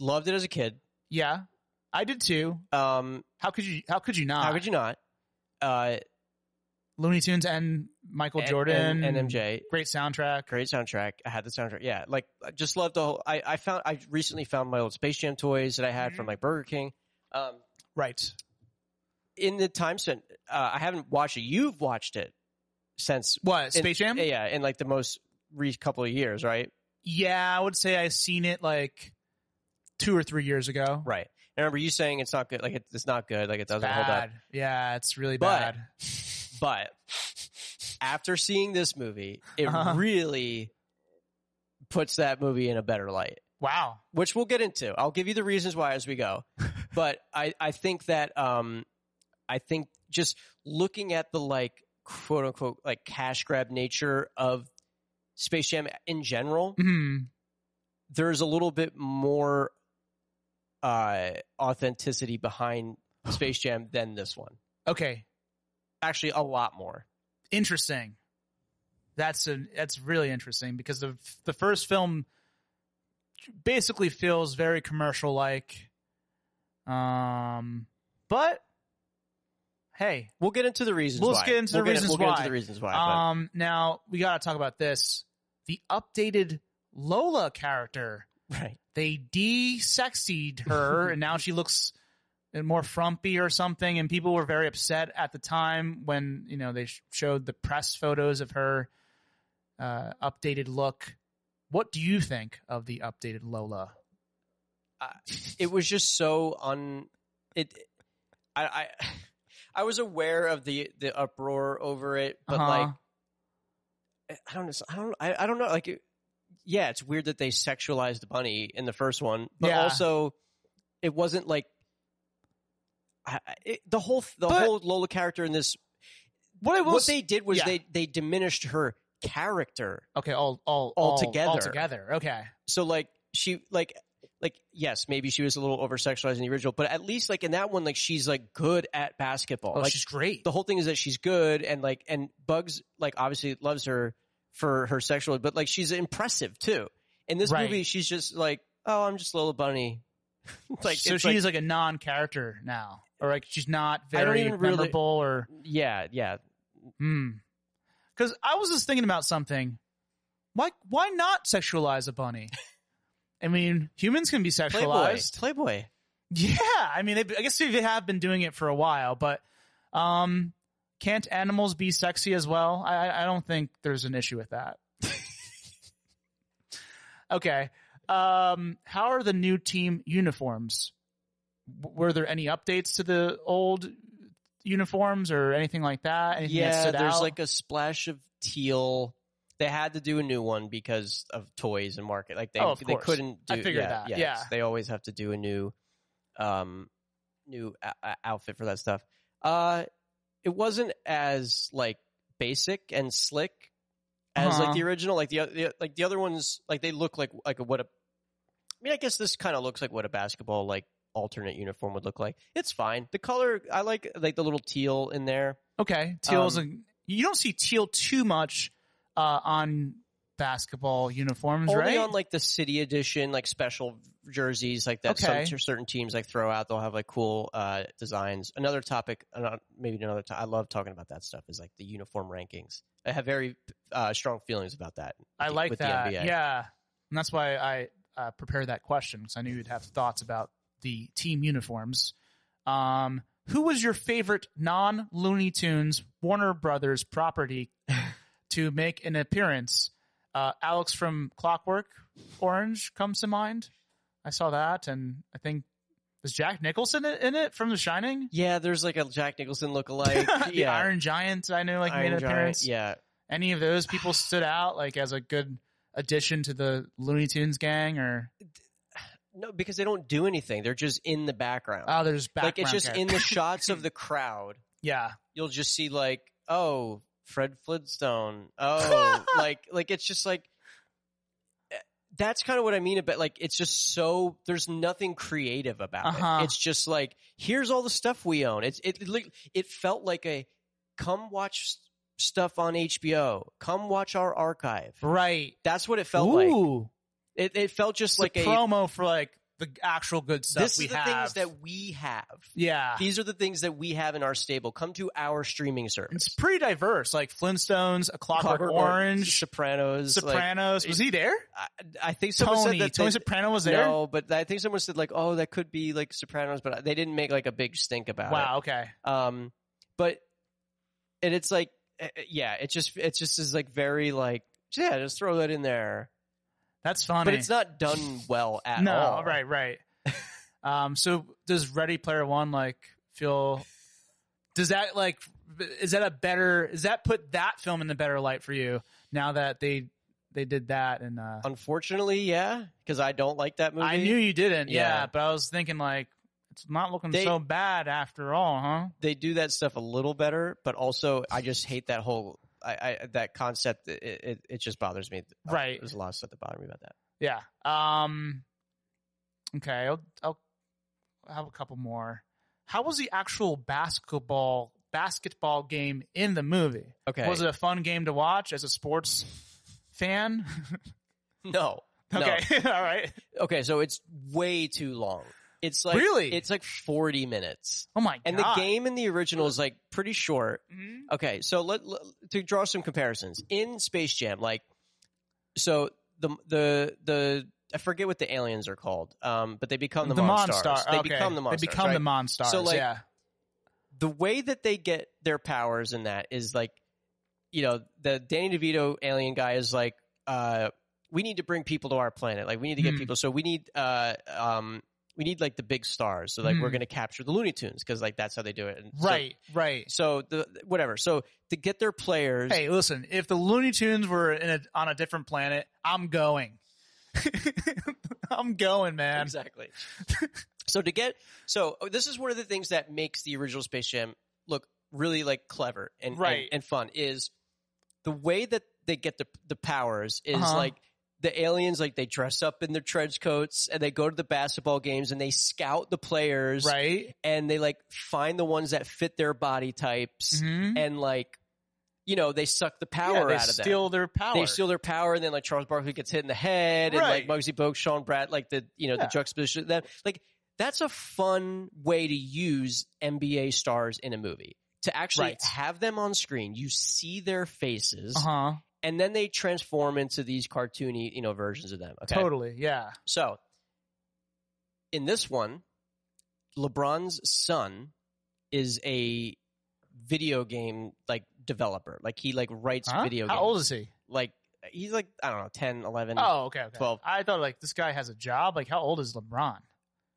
Speaker 1: loved it as a kid.
Speaker 2: Yeah, I did too.
Speaker 1: Um,
Speaker 2: How could you? How could you not?
Speaker 1: how could you not? Uh,
Speaker 2: Looney Tunes and Michael
Speaker 1: and-
Speaker 2: Jordan
Speaker 1: and, and MJ,
Speaker 2: Great soundtrack.
Speaker 1: great soundtrack. I had the soundtrack. Yeah, like I just loved the whole. I, I found I recently found my old Space Jam toys that I had
Speaker 2: Mm-hmm.
Speaker 1: from like Burger King. Um,
Speaker 2: Right.
Speaker 1: in the time spent, uh, I haven't watched it. You've watched it since
Speaker 2: What
Speaker 1: in-
Speaker 2: Space Jam?
Speaker 1: Yeah, in like the most re- couple of years, right?
Speaker 2: Yeah, I would say I seen it like two or three years ago.
Speaker 1: Right. I remember you saying it's not good. Like it, it's not good. Like it doesn't hold up.
Speaker 2: Bad. Yeah, it's really
Speaker 1: But-
Speaker 2: bad.
Speaker 1: But after seeing this movie, it
Speaker 2: Uh-huh.
Speaker 1: really puts that movie in a better light.
Speaker 2: Wow.
Speaker 1: which we'll get into. I'll give you the reasons why as we go. but I, I think that um I think just looking at the like quote unquote like cash grab nature of Space Jam in general,
Speaker 2: Hmm.
Speaker 1: there's a little bit more uh authenticity behind Space Jam than this one.
Speaker 2: Okay.
Speaker 1: Actually a lot more.
Speaker 2: Interesting. That's an that's really interesting because the the first film basically feels very commercial like. Um, but hey,
Speaker 1: We'll get into the reasons
Speaker 2: We'll
Speaker 1: why.
Speaker 2: get into the
Speaker 1: we'll
Speaker 2: reasons
Speaker 1: we'll get
Speaker 2: why.
Speaker 1: into the reasons why. but-
Speaker 2: um, now we gotta talk about this. The updated Lola character.
Speaker 1: right.
Speaker 2: They de-sexied her, and now she looks more frumpy or something. And people were very upset at the time when you know they sh- showed the press photos of her uh, updated look. What do you think of the updated Lola?
Speaker 1: it was just so un it i i i was aware of the the uproar over it but
Speaker 2: Uh-huh.
Speaker 1: like i don't know i don't i, I don't know like it, yeah it's weird that they sexualized the bunny in the first one but
Speaker 2: Yeah.
Speaker 1: also it wasn't like I, I- it, the whole the
Speaker 2: But-
Speaker 1: whole lola character in this
Speaker 2: what I will
Speaker 1: what
Speaker 2: say,
Speaker 1: they did was
Speaker 2: yeah.
Speaker 1: they they diminished her character
Speaker 2: okay, all all
Speaker 1: Altogether.
Speaker 2: all together. Okay,
Speaker 1: so like she like like yes, maybe she was a little over sexualized in the original, but at least like in that one, like she's like good at basketball.
Speaker 2: oh,
Speaker 1: like
Speaker 2: she's great.
Speaker 1: the whole thing is that she's good and like and Bugs like obviously loves her for her sexual, but like she's impressive too. In this
Speaker 2: Right.
Speaker 1: movie, she's just like, oh, I'm just Lola Bunny. like
Speaker 2: so
Speaker 1: it's
Speaker 2: she's like, a non-character now, or like she's not
Speaker 1: I don't
Speaker 2: very
Speaker 1: even really-
Speaker 2: memorable or
Speaker 1: like yeah, yeah.
Speaker 2: Hmm. Because I was just thinking about something. Why? Why not sexualize a bunny? I mean, humans can be
Speaker 1: Playboy,
Speaker 2: sexualized.
Speaker 1: Playboy.
Speaker 2: Yeah, I mean, they, I guess they have been doing it for a while, but um, can't animals be sexy as well? I, I- I don't think there's an issue with that. okay. Um, how are the new team uniforms? W- Were there any updates to the old uniforms or anything like that? Anything that
Speaker 1: Yeah,
Speaker 2: stood
Speaker 1: there's
Speaker 2: out?
Speaker 1: like a splash of teal. They had to do a new one because of toys and market. Like they
Speaker 2: Oh, of
Speaker 1: they
Speaker 2: course.
Speaker 1: couldn't do
Speaker 2: I figured
Speaker 1: yeah,
Speaker 2: that,
Speaker 1: Yeah.
Speaker 2: yeah.
Speaker 1: They always have to do a new um new o- o- outfit for that stuff. Uh, it wasn't as like basic and slick as
Speaker 2: Uh-huh.
Speaker 1: like the original. Like the, o- the like the other ones, like they look like like what a. I mean, I guess this kind of looks like what a basketball like alternate uniform would look like. It's fine. The color I like, like the little teal in there.
Speaker 2: Okay, teal's
Speaker 1: Um,
Speaker 2: a, you don't see teal too much uh, on basketball uniforms,
Speaker 1: Only
Speaker 2: right?
Speaker 1: on like the city edition, like special jerseys, like that.
Speaker 2: Okay.
Speaker 1: Some certain teams like throw out, they'll have like cool uh, designs. Another topic, ano- maybe another. To- I love talking about that stuff. Is like the uniform rankings. I have very uh, strong feelings about that. with
Speaker 2: I
Speaker 1: the-
Speaker 2: like
Speaker 1: with
Speaker 2: that.
Speaker 1: The NBA.
Speaker 2: Yeah, and that's why I uh, prepared that question because I knew you'd have thoughts about the team uniforms. Um, who was your favorite non Looney Tunes Warner Brothers property to make an appearance? Uh, Alex from Clockwork Orange comes to mind. I saw that, and I think was Jack Nicholson in in it from The Shining.
Speaker 1: Yeah, there's like a Jack Nicholson lookalike.
Speaker 2: the
Speaker 1: yeah,
Speaker 2: Iron Giant I knew like
Speaker 1: Iron
Speaker 2: made an
Speaker 1: Giant,
Speaker 2: appearance.
Speaker 1: Yeah,
Speaker 2: Any of those people stood out like as a good addition to the Looney Tunes gang or
Speaker 1: no, because they don't do anything. They're just in the background.
Speaker 2: oh there's
Speaker 1: like
Speaker 2: background
Speaker 1: it's just
Speaker 2: character.
Speaker 1: in the shots of the crowd.
Speaker 2: yeah
Speaker 1: you'll just see like oh Fred Flintstone oh like like it's just like eh, that's kind of what I mean about like it's just so there's nothing creative about
Speaker 2: Uh-huh.
Speaker 1: it it's just like here's all the stuff we own it's it li- it felt like a come watch s- stuff on HBO come watch our archive
Speaker 2: right
Speaker 1: that's what it felt like
Speaker 2: Ooh,
Speaker 1: it it felt just
Speaker 2: it's
Speaker 1: like
Speaker 2: like
Speaker 1: a
Speaker 2: promo for like the actual good stuff
Speaker 1: this
Speaker 2: we
Speaker 1: is the
Speaker 2: have Ah.
Speaker 1: things that we have
Speaker 2: yeah
Speaker 1: these are the things that we have in our stable come to our streaming
Speaker 2: it's
Speaker 1: service
Speaker 2: pretty diverse like Flintstones A Clockwork,
Speaker 1: Clockwork
Speaker 2: Orange
Speaker 1: Sopranos. Like,
Speaker 2: Sopranos was he there
Speaker 1: I, I think someone
Speaker 2: Tony
Speaker 1: said that
Speaker 2: Tony
Speaker 1: they-
Speaker 2: Soprano was there
Speaker 1: No, but I think someone said like, oh, that could be like Sopranos, but they didn't make like a big stink about
Speaker 2: wow okay
Speaker 1: it. Um, but and it's like, eh, eh, yeah, it just it just is like very like, yeah, just throw that in there.
Speaker 2: that's funny
Speaker 1: But it's not done well at
Speaker 2: no
Speaker 1: all.
Speaker 2: right right um so does ready player one like feel does that like is that a better is that put that film in the better light for you now that they they did that and uh
Speaker 1: Unfortunately, yeah, because I don't like that movie.
Speaker 2: i knew you didn't yeah.
Speaker 1: Yeah.
Speaker 2: but i was thinking like it's not looking
Speaker 1: They-
Speaker 2: so bad after all huh
Speaker 1: they do that stuff a little better, but also I just hate that whole I, I that concept. It, it it just bothers me.
Speaker 2: Right.
Speaker 1: there's a lot of stuff that bothers me about that.
Speaker 2: yeah um okay i'll i'll have a couple more how was the actual basketball basketball game in the movie
Speaker 1: Okay,
Speaker 2: Was it a fun game to watch as a sports fan?
Speaker 1: no, no.
Speaker 2: okay, all right.
Speaker 1: Okay, so it's way too long. It's like
Speaker 2: Really?
Speaker 1: it's like forty minutes,
Speaker 2: Oh my
Speaker 1: and
Speaker 2: god! Mm-hmm.
Speaker 1: the game in the original is like pretty short.
Speaker 2: game.
Speaker 1: Okay, so let, let- to draw some comparisons in Space Jam, like so the the the I forget what the aliens are called, um, but they become the, monsters.
Speaker 2: Monstar,
Speaker 1: They
Speaker 2: okay.
Speaker 1: become the monsters.
Speaker 2: They become
Speaker 1: right?
Speaker 2: the monsters.
Speaker 1: So, like,
Speaker 2: yeah.
Speaker 1: the way that they get their powers in that is like, you know, the Danny DeVito alien guy is like, uh, we need to bring people to our planet. Like, we need to get
Speaker 2: Hmm.
Speaker 1: people. So we need, uh, um, we need like the big stars. So like, we're
Speaker 2: Hmm.
Speaker 1: going to capture the Looney Tunes because like that's how they do it. And so-
Speaker 2: Right. right.
Speaker 1: So, the whatever. So to get their players,
Speaker 2: Hey, listen. If the Looney Tunes were in a, on a different planet, I'm going. I'm going, man.
Speaker 1: exactly. so to get, so oh, this is one of the things that makes the original Space Jam look really like clever and and-
Speaker 2: Right.
Speaker 1: and, fun is the way that they get the the powers is
Speaker 2: Uh-huh.
Speaker 1: like the aliens like they dress up in their trench coats and they go to the basketball games and they scout the players
Speaker 2: Right.
Speaker 1: and they like find the ones that fit their body types
Speaker 2: Mhm.
Speaker 1: and like you know they suck the power
Speaker 2: Yeah, they
Speaker 1: out of them.
Speaker 2: steal their power.
Speaker 1: They steal their power, and then like Charles Barkley gets hit in the head,
Speaker 2: Right.
Speaker 1: and like Muggsy Bogues, Sean Brad, like the you know
Speaker 2: Yeah.
Speaker 1: the juxtaposition of that like that's a fun way to use NBA stars in a movie to actually
Speaker 2: Right.
Speaker 1: have them on screen. You see their faces,
Speaker 2: Uh huh.
Speaker 1: and then they transform into these cartoony you know versions of them. Okay,
Speaker 2: Totally. Yeah.
Speaker 1: so in this one, LeBron's son is a video game like developer like he like writes
Speaker 2: Huh?
Speaker 1: video
Speaker 2: How
Speaker 1: games
Speaker 2: old is he?
Speaker 1: like he's like I don't know 10, 11.
Speaker 2: Oh, okay, okay.
Speaker 1: 12.
Speaker 2: I thought like this guy has a job. Like, how old is LeBron?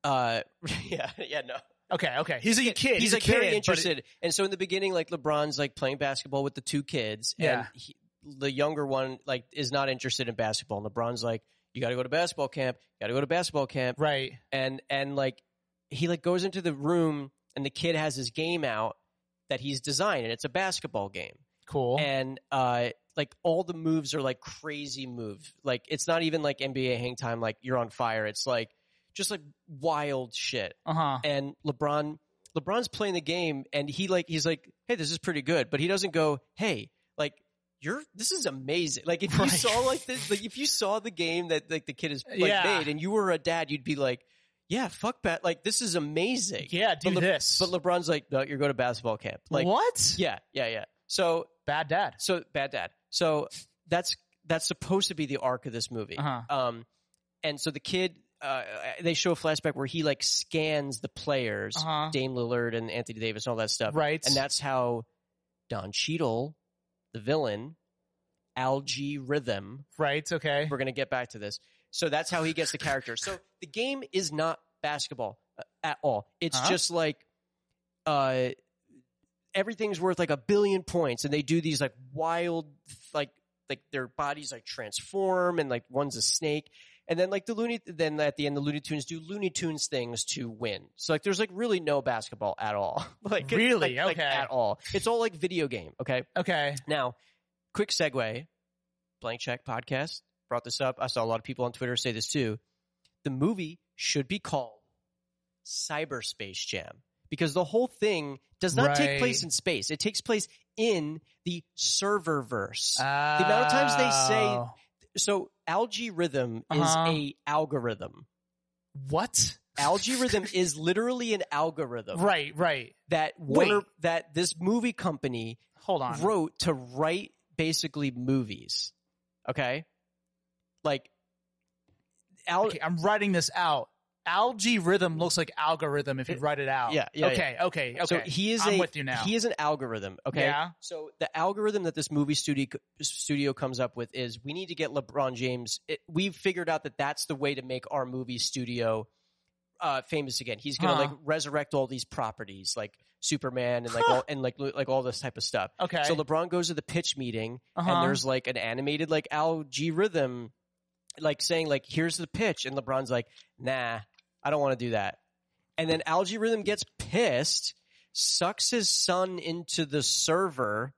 Speaker 1: Uh yeah, yeah, no.
Speaker 2: Okay, okay. He's a kid.
Speaker 1: He's,
Speaker 2: a
Speaker 1: like
Speaker 2: kid,
Speaker 1: very
Speaker 2: but-
Speaker 1: interested. and so in the beginning like LeBron's like playing basketball with the two kids and
Speaker 2: Yeah.
Speaker 1: he, the younger one like is not interested in basketball and LeBron's like you got to go to basketball camp, got to go to basketball camp
Speaker 2: Right.
Speaker 1: and and like he like goes into the room and the kid has his game out that he's designed and it's a basketball game
Speaker 2: Cool.
Speaker 1: and uh like all the moves are like crazy moves like it's not even like nba hang time like you're on fire it's like just like wild shit
Speaker 2: Uh huh.
Speaker 1: and lebron lebron's playing the game and he like he's like hey this is pretty good but he doesn't go hey like you're this is amazing like if
Speaker 2: Right.
Speaker 1: you saw like this like if you saw the game that like the kid is like
Speaker 2: Yeah.
Speaker 1: made and you were a dad you'd be like yeah fuck bat like this is amazing
Speaker 2: Yeah, do
Speaker 1: But Le-
Speaker 2: this.
Speaker 1: but lebron's like no you're going to basketball camp like
Speaker 2: what?
Speaker 1: yeah yeah yeah so
Speaker 2: Bad dad.
Speaker 1: so bad dad. So that's that's supposed to be the arc of this movie.
Speaker 2: Uh-huh.
Speaker 1: Um, and so the kid, uh, they show a flashback where he like scans the players,
Speaker 2: Uh-huh.
Speaker 1: Dame Lillard and Anthony Davis and all that stuff,
Speaker 2: Right.
Speaker 1: and that's how Don Cheadle, the villain, Algae Rhythm.
Speaker 2: right. Okay.
Speaker 1: We're gonna get back to this. So that's how he gets the character. So the game is not basketball uh, at all. It's
Speaker 2: Uh-huh.
Speaker 1: just like, uh, everything's worth like a billion points, and they do these like wild, like like their bodies like transform, and like one's a snake, and then like the Looney, then at the end the Looney Tunes do Looney Tunes things to win. So like there's like really no basketball at all. like
Speaker 2: Really?
Speaker 1: like- like,
Speaker 2: Okay.
Speaker 1: at all. It's all like video game. Okay.
Speaker 2: Okay.
Speaker 1: Now, quick segue. Blank Check podcast brought this up. I saw a lot of people on Twitter say this too. The movie should be called Cyberspace Jam because the whole thing does not
Speaker 2: Right.
Speaker 1: take place in space. It takes place in the serververse.
Speaker 2: Uh,
Speaker 1: amount of times they say-
Speaker 2: Oh.
Speaker 1: so algae rhythm is
Speaker 2: Uh-huh.
Speaker 1: a algorithm.
Speaker 2: what?
Speaker 1: Algae rhythm is literally an algorithm
Speaker 2: Right. Right.
Speaker 1: that
Speaker 2: Wait.
Speaker 1: Warner, that this movie company
Speaker 2: Hold on.
Speaker 1: wrote to write basically movies. Okay? Like Al
Speaker 2: Okay, I'm writing this out. Algae rhythm looks like algorithm if you write it out.
Speaker 1: Yeah, yeah,
Speaker 2: Okay. Okay. Okay.
Speaker 1: So he is
Speaker 2: I'm
Speaker 1: a
Speaker 2: with you now.
Speaker 1: he is an algorithm, okay?
Speaker 2: Yeah.
Speaker 1: So the algorithm that this movie studio studio comes up with is we need to get LeBron James. It, we've figured out that that's the way to make our movie studio uh, famous again. He's going to
Speaker 2: Huh.
Speaker 1: like resurrect all these properties like Superman and like all, and like lo- like all this type of stuff.
Speaker 2: Okay.
Speaker 1: So LeBron goes to the pitch meeting
Speaker 2: Uh-huh.
Speaker 1: and there's like an animated like algae rhythm, like saying like here's the pitch, and LeBron's like, nah, I don't want to do that. And then algae rhythm gets pissed, sucks his son into the server,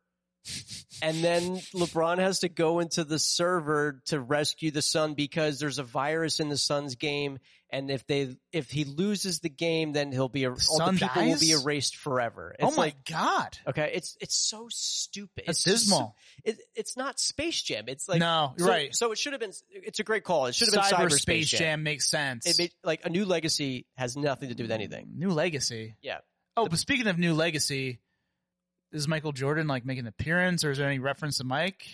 Speaker 1: and then LeBron has to go into the server to rescue the son because there's a virus in the son's game, and if they if he loses the game, then he'll be all
Speaker 2: son
Speaker 1: the people will be
Speaker 2: dies?
Speaker 1: erased forever.
Speaker 2: oh
Speaker 1: It's
Speaker 2: my
Speaker 1: like-
Speaker 2: god.
Speaker 1: Okay, it's it's so stupid.
Speaker 2: That's
Speaker 1: it's just so-
Speaker 2: dismal.
Speaker 1: it, it's not Space Jam. It's like
Speaker 2: no.
Speaker 1: so,
Speaker 2: right.
Speaker 1: So it should have been. It's a great call. It should have been Cyberspace
Speaker 2: Space
Speaker 1: Jam.
Speaker 2: Jam. makes sense.
Speaker 1: It made, like a new legacy has nothing to do with anything.
Speaker 2: New Legacy.
Speaker 1: Yeah.
Speaker 2: Oh, but speaking of New Legacy, is Michael Jordan like making an appearance, or is there any reference to Mike?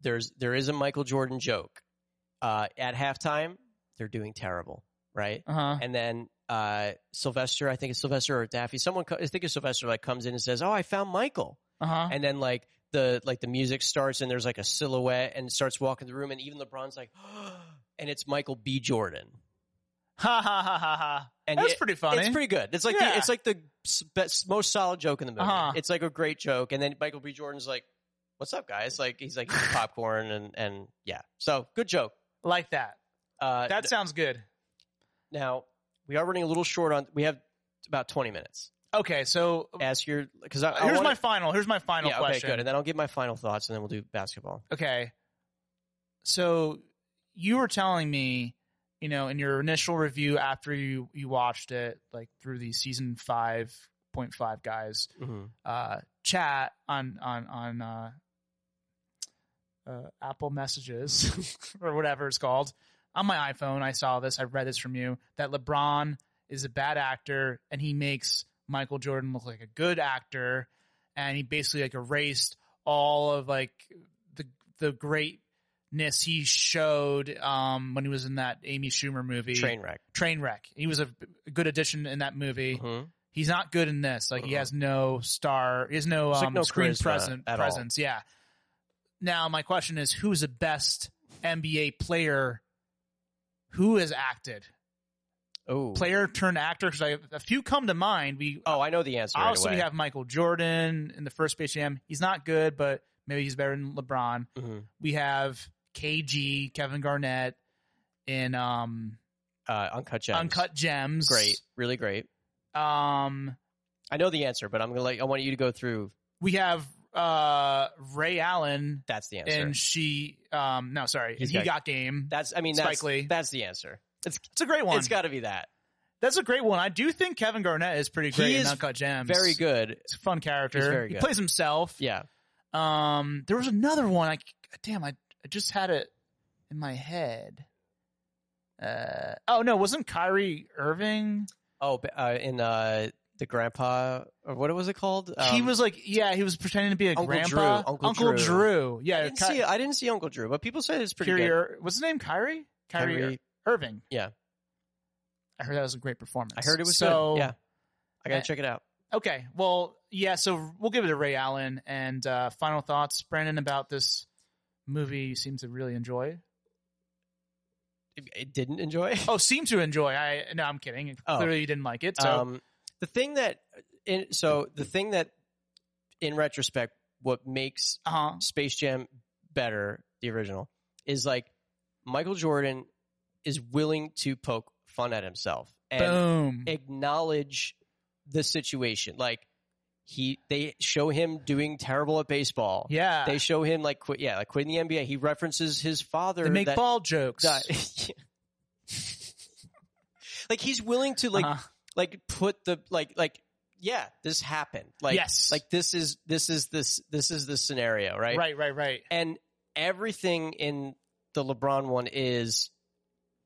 Speaker 1: There's there is a Michael Jordan joke. Uh, at halftime, they're doing terrible, right?
Speaker 2: Uh huh.
Speaker 1: And then uh, Sylvester, I think it's Sylvester or Daffy. Someone co- I think it's Sylvester like comes in and says, "Oh, I found Michael."
Speaker 2: Uh huh.
Speaker 1: and then like the like the music starts and there's like a silhouette and starts walking the room and even LeBron's like and it's Michael B Jordan
Speaker 2: Ha ha ha ha ha.
Speaker 1: and
Speaker 2: That's
Speaker 1: it-
Speaker 2: pretty funny.
Speaker 1: it's pretty good it's like
Speaker 2: Yeah.
Speaker 1: the, it's like the s- best, most solid joke in the movie
Speaker 2: Uh-huh.
Speaker 1: it's like a great joke and then Michael B Jordan's like what's up guys like he's like eating popcorn and and yeah so good joke
Speaker 2: like that.
Speaker 1: uh
Speaker 2: That sounds good.
Speaker 1: now we are running a little short on we have about 20 minutes
Speaker 2: Okay, so uh,
Speaker 1: ask your because I, I
Speaker 2: here's
Speaker 1: wanna-
Speaker 2: my final. Here's my final
Speaker 1: yeah
Speaker 2: question.
Speaker 1: okay good and then I'll give my final thoughts and then we'll do basketball
Speaker 2: okay. So you were telling me, you know, in your initial review after you you watched it, like through the season five point five guys
Speaker 1: hmm
Speaker 2: uh, chat on on on uh, uh, Apple Messages or whatever it's called on my iPhone. I saw this. I read this from you that LeBron is a bad actor and he makes Michael Jordan look like a good actor, and he basically like erased all of like the the greatness he showed um, when he was in that Amy Schumer movie
Speaker 1: train wreck
Speaker 2: Trainwreck. He was a a good addition in that movie
Speaker 1: Mhm.
Speaker 2: he's not good in this. Like he
Speaker 1: Uh-uh.
Speaker 2: has no star, he has no
Speaker 1: It's like
Speaker 2: um,
Speaker 1: no
Speaker 2: screen
Speaker 1: charisma
Speaker 2: present
Speaker 1: at all.
Speaker 2: presence. Yeah. Now my question is, who's the best NBA player who has acted?
Speaker 1: oh
Speaker 2: Player turned actor? Because a few come to mind. We
Speaker 1: Oh, I know the answer. Right
Speaker 2: obviously
Speaker 1: away.
Speaker 2: we have Michael Jordan in the first Space Jam. He's not good, but maybe he's better than LeBron.
Speaker 1: Mhm.
Speaker 2: We have KG, Kevin Garnett in um,
Speaker 1: uh, uncut gems.
Speaker 2: Uncut Gems.
Speaker 1: Great, really great.
Speaker 2: Um,
Speaker 1: I know the answer, but I'm gonna like I want you to go through.
Speaker 2: we have uh, Ray Allen,
Speaker 1: That's the answer.
Speaker 2: and she. Um, no, sorry,
Speaker 1: He's
Speaker 2: he
Speaker 1: got-
Speaker 2: got, game.
Speaker 1: that's I mean
Speaker 2: Spike
Speaker 1: that's
Speaker 2: Lee.
Speaker 1: that's the answer. It's
Speaker 2: That's a great one.
Speaker 1: it's got to be that.
Speaker 2: That's a great one. I do think Kevin Garnett is pretty great
Speaker 1: is
Speaker 2: in Uncut Gems.
Speaker 1: Very good.
Speaker 2: He's a fun character.
Speaker 1: He's very
Speaker 2: He
Speaker 1: good.
Speaker 2: plays himself.
Speaker 1: Yeah.
Speaker 2: Um, there was another one. I damn, I, I just had it in my head. Uh, oh no, wasn't Kyrie Irving?
Speaker 1: Oh, b- uh, in uh, the grandpa or what was it called?
Speaker 2: he
Speaker 1: Um,
Speaker 2: was like, yeah, he was pretending to be a
Speaker 1: Uncle
Speaker 2: grandpa.
Speaker 1: Drew, Uncle
Speaker 2: Drew.
Speaker 1: Drew.
Speaker 2: Yeah,
Speaker 1: I didn't
Speaker 2: uh, Ky-
Speaker 1: see. I didn't see Uncle Drew, but people said it's pretty
Speaker 2: Kyrie
Speaker 1: good.
Speaker 2: Ir- what's his name? Kyrie? Kyrie, Ir-
Speaker 1: Kyrie-
Speaker 2: Irving.
Speaker 1: Yeah.
Speaker 2: I heard that was a great performance.
Speaker 1: I heard it was
Speaker 2: so.
Speaker 1: good. Yeah, I gotta
Speaker 2: Uh,
Speaker 1: check it out.
Speaker 2: Okay. Well, yeah. So we'll give it to Ray Allen. And uh, final thoughts, Brandon, about this movie. You seem to really enjoy.
Speaker 1: It, it didn't enjoy.
Speaker 2: Oh, seem to enjoy. I no, I'm kidding.
Speaker 1: Oh.
Speaker 2: Clearly, you didn't like it. So
Speaker 1: um, the thing that in, so the thing that in retrospect, what makes
Speaker 2: uh-huh.
Speaker 1: Space Jam better, the original, is like Michael Jordan is willing to poke fun at himself and
Speaker 2: Boom.
Speaker 1: acknowledge the situation. Like he, they show him doing terrible at baseball.
Speaker 2: yeah.
Speaker 1: They
Speaker 2: They,
Speaker 1: show him like quit, yeah, like quitting the NBA. He references his father.
Speaker 2: make
Speaker 1: that
Speaker 2: ball jokes.
Speaker 1: died. like he's willing to like
Speaker 2: Uh-huh.
Speaker 1: like put the like like yeah this happened like
Speaker 2: Yes.
Speaker 1: like this is this is this this is the scenario right
Speaker 2: right, right, right.
Speaker 1: and everything in the LeBron one is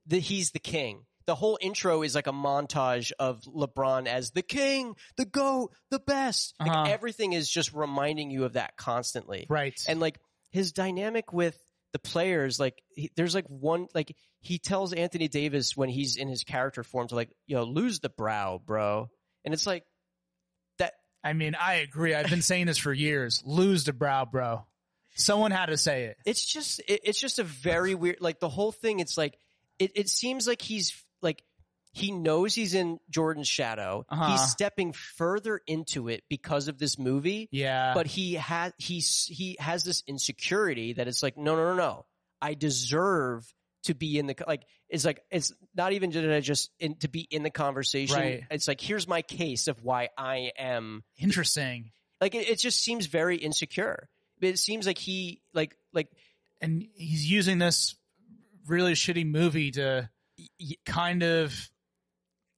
Speaker 1: that he's the king. The whole intro is like a montage of LeBron as the king, the goat, the best. Like
Speaker 2: Uh-huh.
Speaker 1: everything is just reminding you of that constantly.
Speaker 2: Right.
Speaker 1: And like his dynamic with the players, like he, there's like one like he tells Anthony Davis when he's in his character form to like, you know, lose the brow, bro. And it's like that
Speaker 2: I mean, I agree. I've been saying this for years. Lose the brow, bro. Someone had to say it.
Speaker 1: it's just it, it's just a very weird like the whole thing it's like it, it seems like he's like he knows he's in jordan's shadow
Speaker 2: Uh-huh.
Speaker 1: he's stepping further into it because of this movie
Speaker 2: Yeah.
Speaker 1: but he has he's he has this insecurity that it's like no no no no i deserve to be in the co- like it's like it's not even that I just in, to be in the conversation
Speaker 2: Right.
Speaker 1: it's like here's my case of why i am
Speaker 2: Interesting.
Speaker 1: like it, it just seems very insecure it seems like he like like
Speaker 2: And he's using this really shitty movie to kind of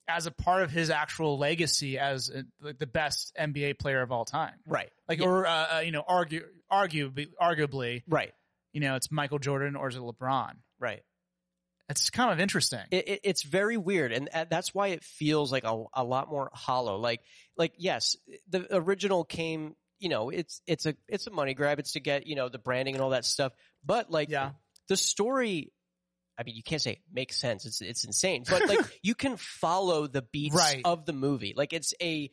Speaker 2: as a part of his actual legacy as uh, like the best NBA player of all time.
Speaker 1: right
Speaker 2: Like,
Speaker 1: Yeah.
Speaker 2: or, uh, uh, you know, argue, arguably, arguably,
Speaker 1: right
Speaker 2: you know, it's Michael Jordan or is it LeBron?
Speaker 1: Right.
Speaker 2: It's kind of interesting.
Speaker 1: It, it, it's very weird, and uh, that's why it feels like a, a lot more hollow. Like, like yes, the original came. You know, it's it's a it's a money grab. It's to get you know the branding and all that stuff. But like,
Speaker 2: Yeah.
Speaker 1: the story. I mean, you can't say it makes sense. It's it's insane, but like you can follow the beats
Speaker 2: Right.
Speaker 1: of the movie. Like it's a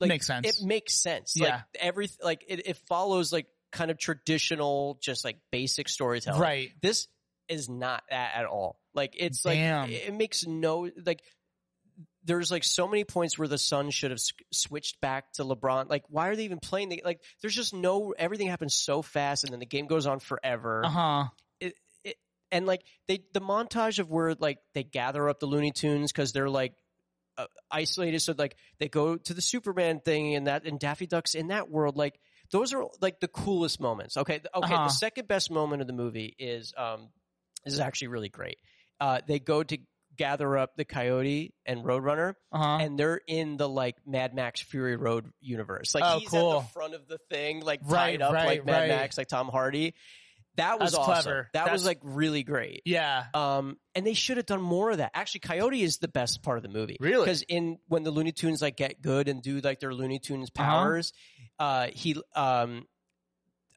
Speaker 1: like
Speaker 2: Makes sense.
Speaker 1: It makes sense. Like
Speaker 2: Yeah.
Speaker 1: every like it, it follows like kind of traditional, just like basic storytelling
Speaker 2: right.
Speaker 1: this is not that at all. Like it's
Speaker 2: Damn.
Speaker 1: like it it makes no like. There's like so many points where the Sun should have s- switched back to LeBron. Like, why are they even playing? The, like, there's just no everything happens so fast, and then the game goes on forever.
Speaker 2: Uh huh.
Speaker 1: And like they the montage of where like they gather up the Looney Tunes because they're like uh, isolated, so like they go to the Superman thing and that and Daffy Duck's in that world. Like those are like the coolest moments. Okay, th- okay.
Speaker 2: Uh-huh.
Speaker 1: The second best moment of the movie is um, this is actually really great. Uh, they go to gather up the Coyote and Roadrunner,
Speaker 2: Uh huh.
Speaker 1: and they're in the like Mad Max Fury Road universe. Like
Speaker 2: Oh,
Speaker 1: he's
Speaker 2: cool.
Speaker 1: at the front of the thing, like
Speaker 2: Right,
Speaker 1: tied up
Speaker 2: right,
Speaker 1: like Mad
Speaker 2: right.
Speaker 1: Max, like Tom Hardy. That was
Speaker 2: That's
Speaker 1: awesome.
Speaker 2: clever.
Speaker 1: That was
Speaker 2: That's-
Speaker 1: like really great.
Speaker 2: Yeah.
Speaker 1: Um, and they should have done more of that. Actually, Coyote is the best part of the movie.
Speaker 2: Really?
Speaker 1: Because in when the Looney Tunes like get good and do like their Looney Tunes
Speaker 2: Uh-huh.
Speaker 1: powers, uh, he um,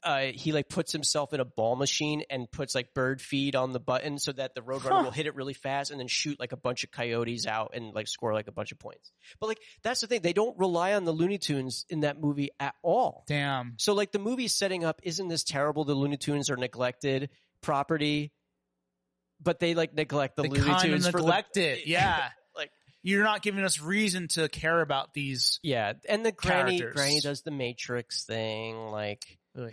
Speaker 1: uh, he like puts himself in a ball machine and puts like bird feed on the button so that the Roadrunner
Speaker 2: Huh.
Speaker 1: will hit it really fast and then shoot like a bunch of coyotes out and like score like a bunch of points. But like that's the thing, they don't rely on the Looney Tunes in that movie at all.
Speaker 2: Damn.
Speaker 1: So like the movie setting up isn't this terrible? The Looney Tunes are neglected property, but they like neglect the,
Speaker 2: The
Speaker 1: Looney
Speaker 2: kind of
Speaker 1: Tunes for the
Speaker 2: neglect it. Yeah.
Speaker 1: Like-
Speaker 2: you're not giving us reason to care about these.
Speaker 1: yeah, and the granny
Speaker 2: Characters.
Speaker 1: granny does the Matrix thing. Like
Speaker 2: Ugh.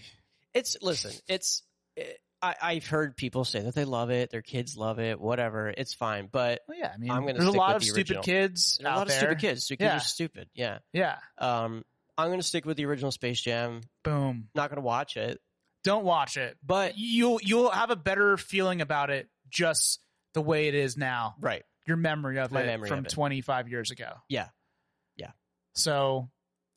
Speaker 1: it's listen, it's it, I, I've heard people say that they love it, their kids love it, whatever. It's fine, but
Speaker 2: Well, yeah, I mean,
Speaker 1: I'm gonna
Speaker 2: there's a
Speaker 1: stick
Speaker 2: lot
Speaker 1: with
Speaker 2: of
Speaker 1: the
Speaker 2: stupid
Speaker 1: original.
Speaker 2: kids
Speaker 1: there are a
Speaker 2: out
Speaker 1: lot of
Speaker 2: there.
Speaker 1: stupid kids. So kids
Speaker 2: Yeah.
Speaker 1: are stupid. Yeah.
Speaker 2: Yeah,
Speaker 1: Um, I'm gonna stick with the original Space Jam.
Speaker 2: boom.
Speaker 1: Not gonna watch it,
Speaker 2: Don't watch it,
Speaker 1: but
Speaker 2: but you'll you'll have a better feeling about it just the way it is now.
Speaker 1: right.
Speaker 2: Your memory of
Speaker 1: My
Speaker 2: it
Speaker 1: memory
Speaker 2: from
Speaker 1: of it.
Speaker 2: 25 years ago.
Speaker 1: Yeah. Yeah.
Speaker 2: So,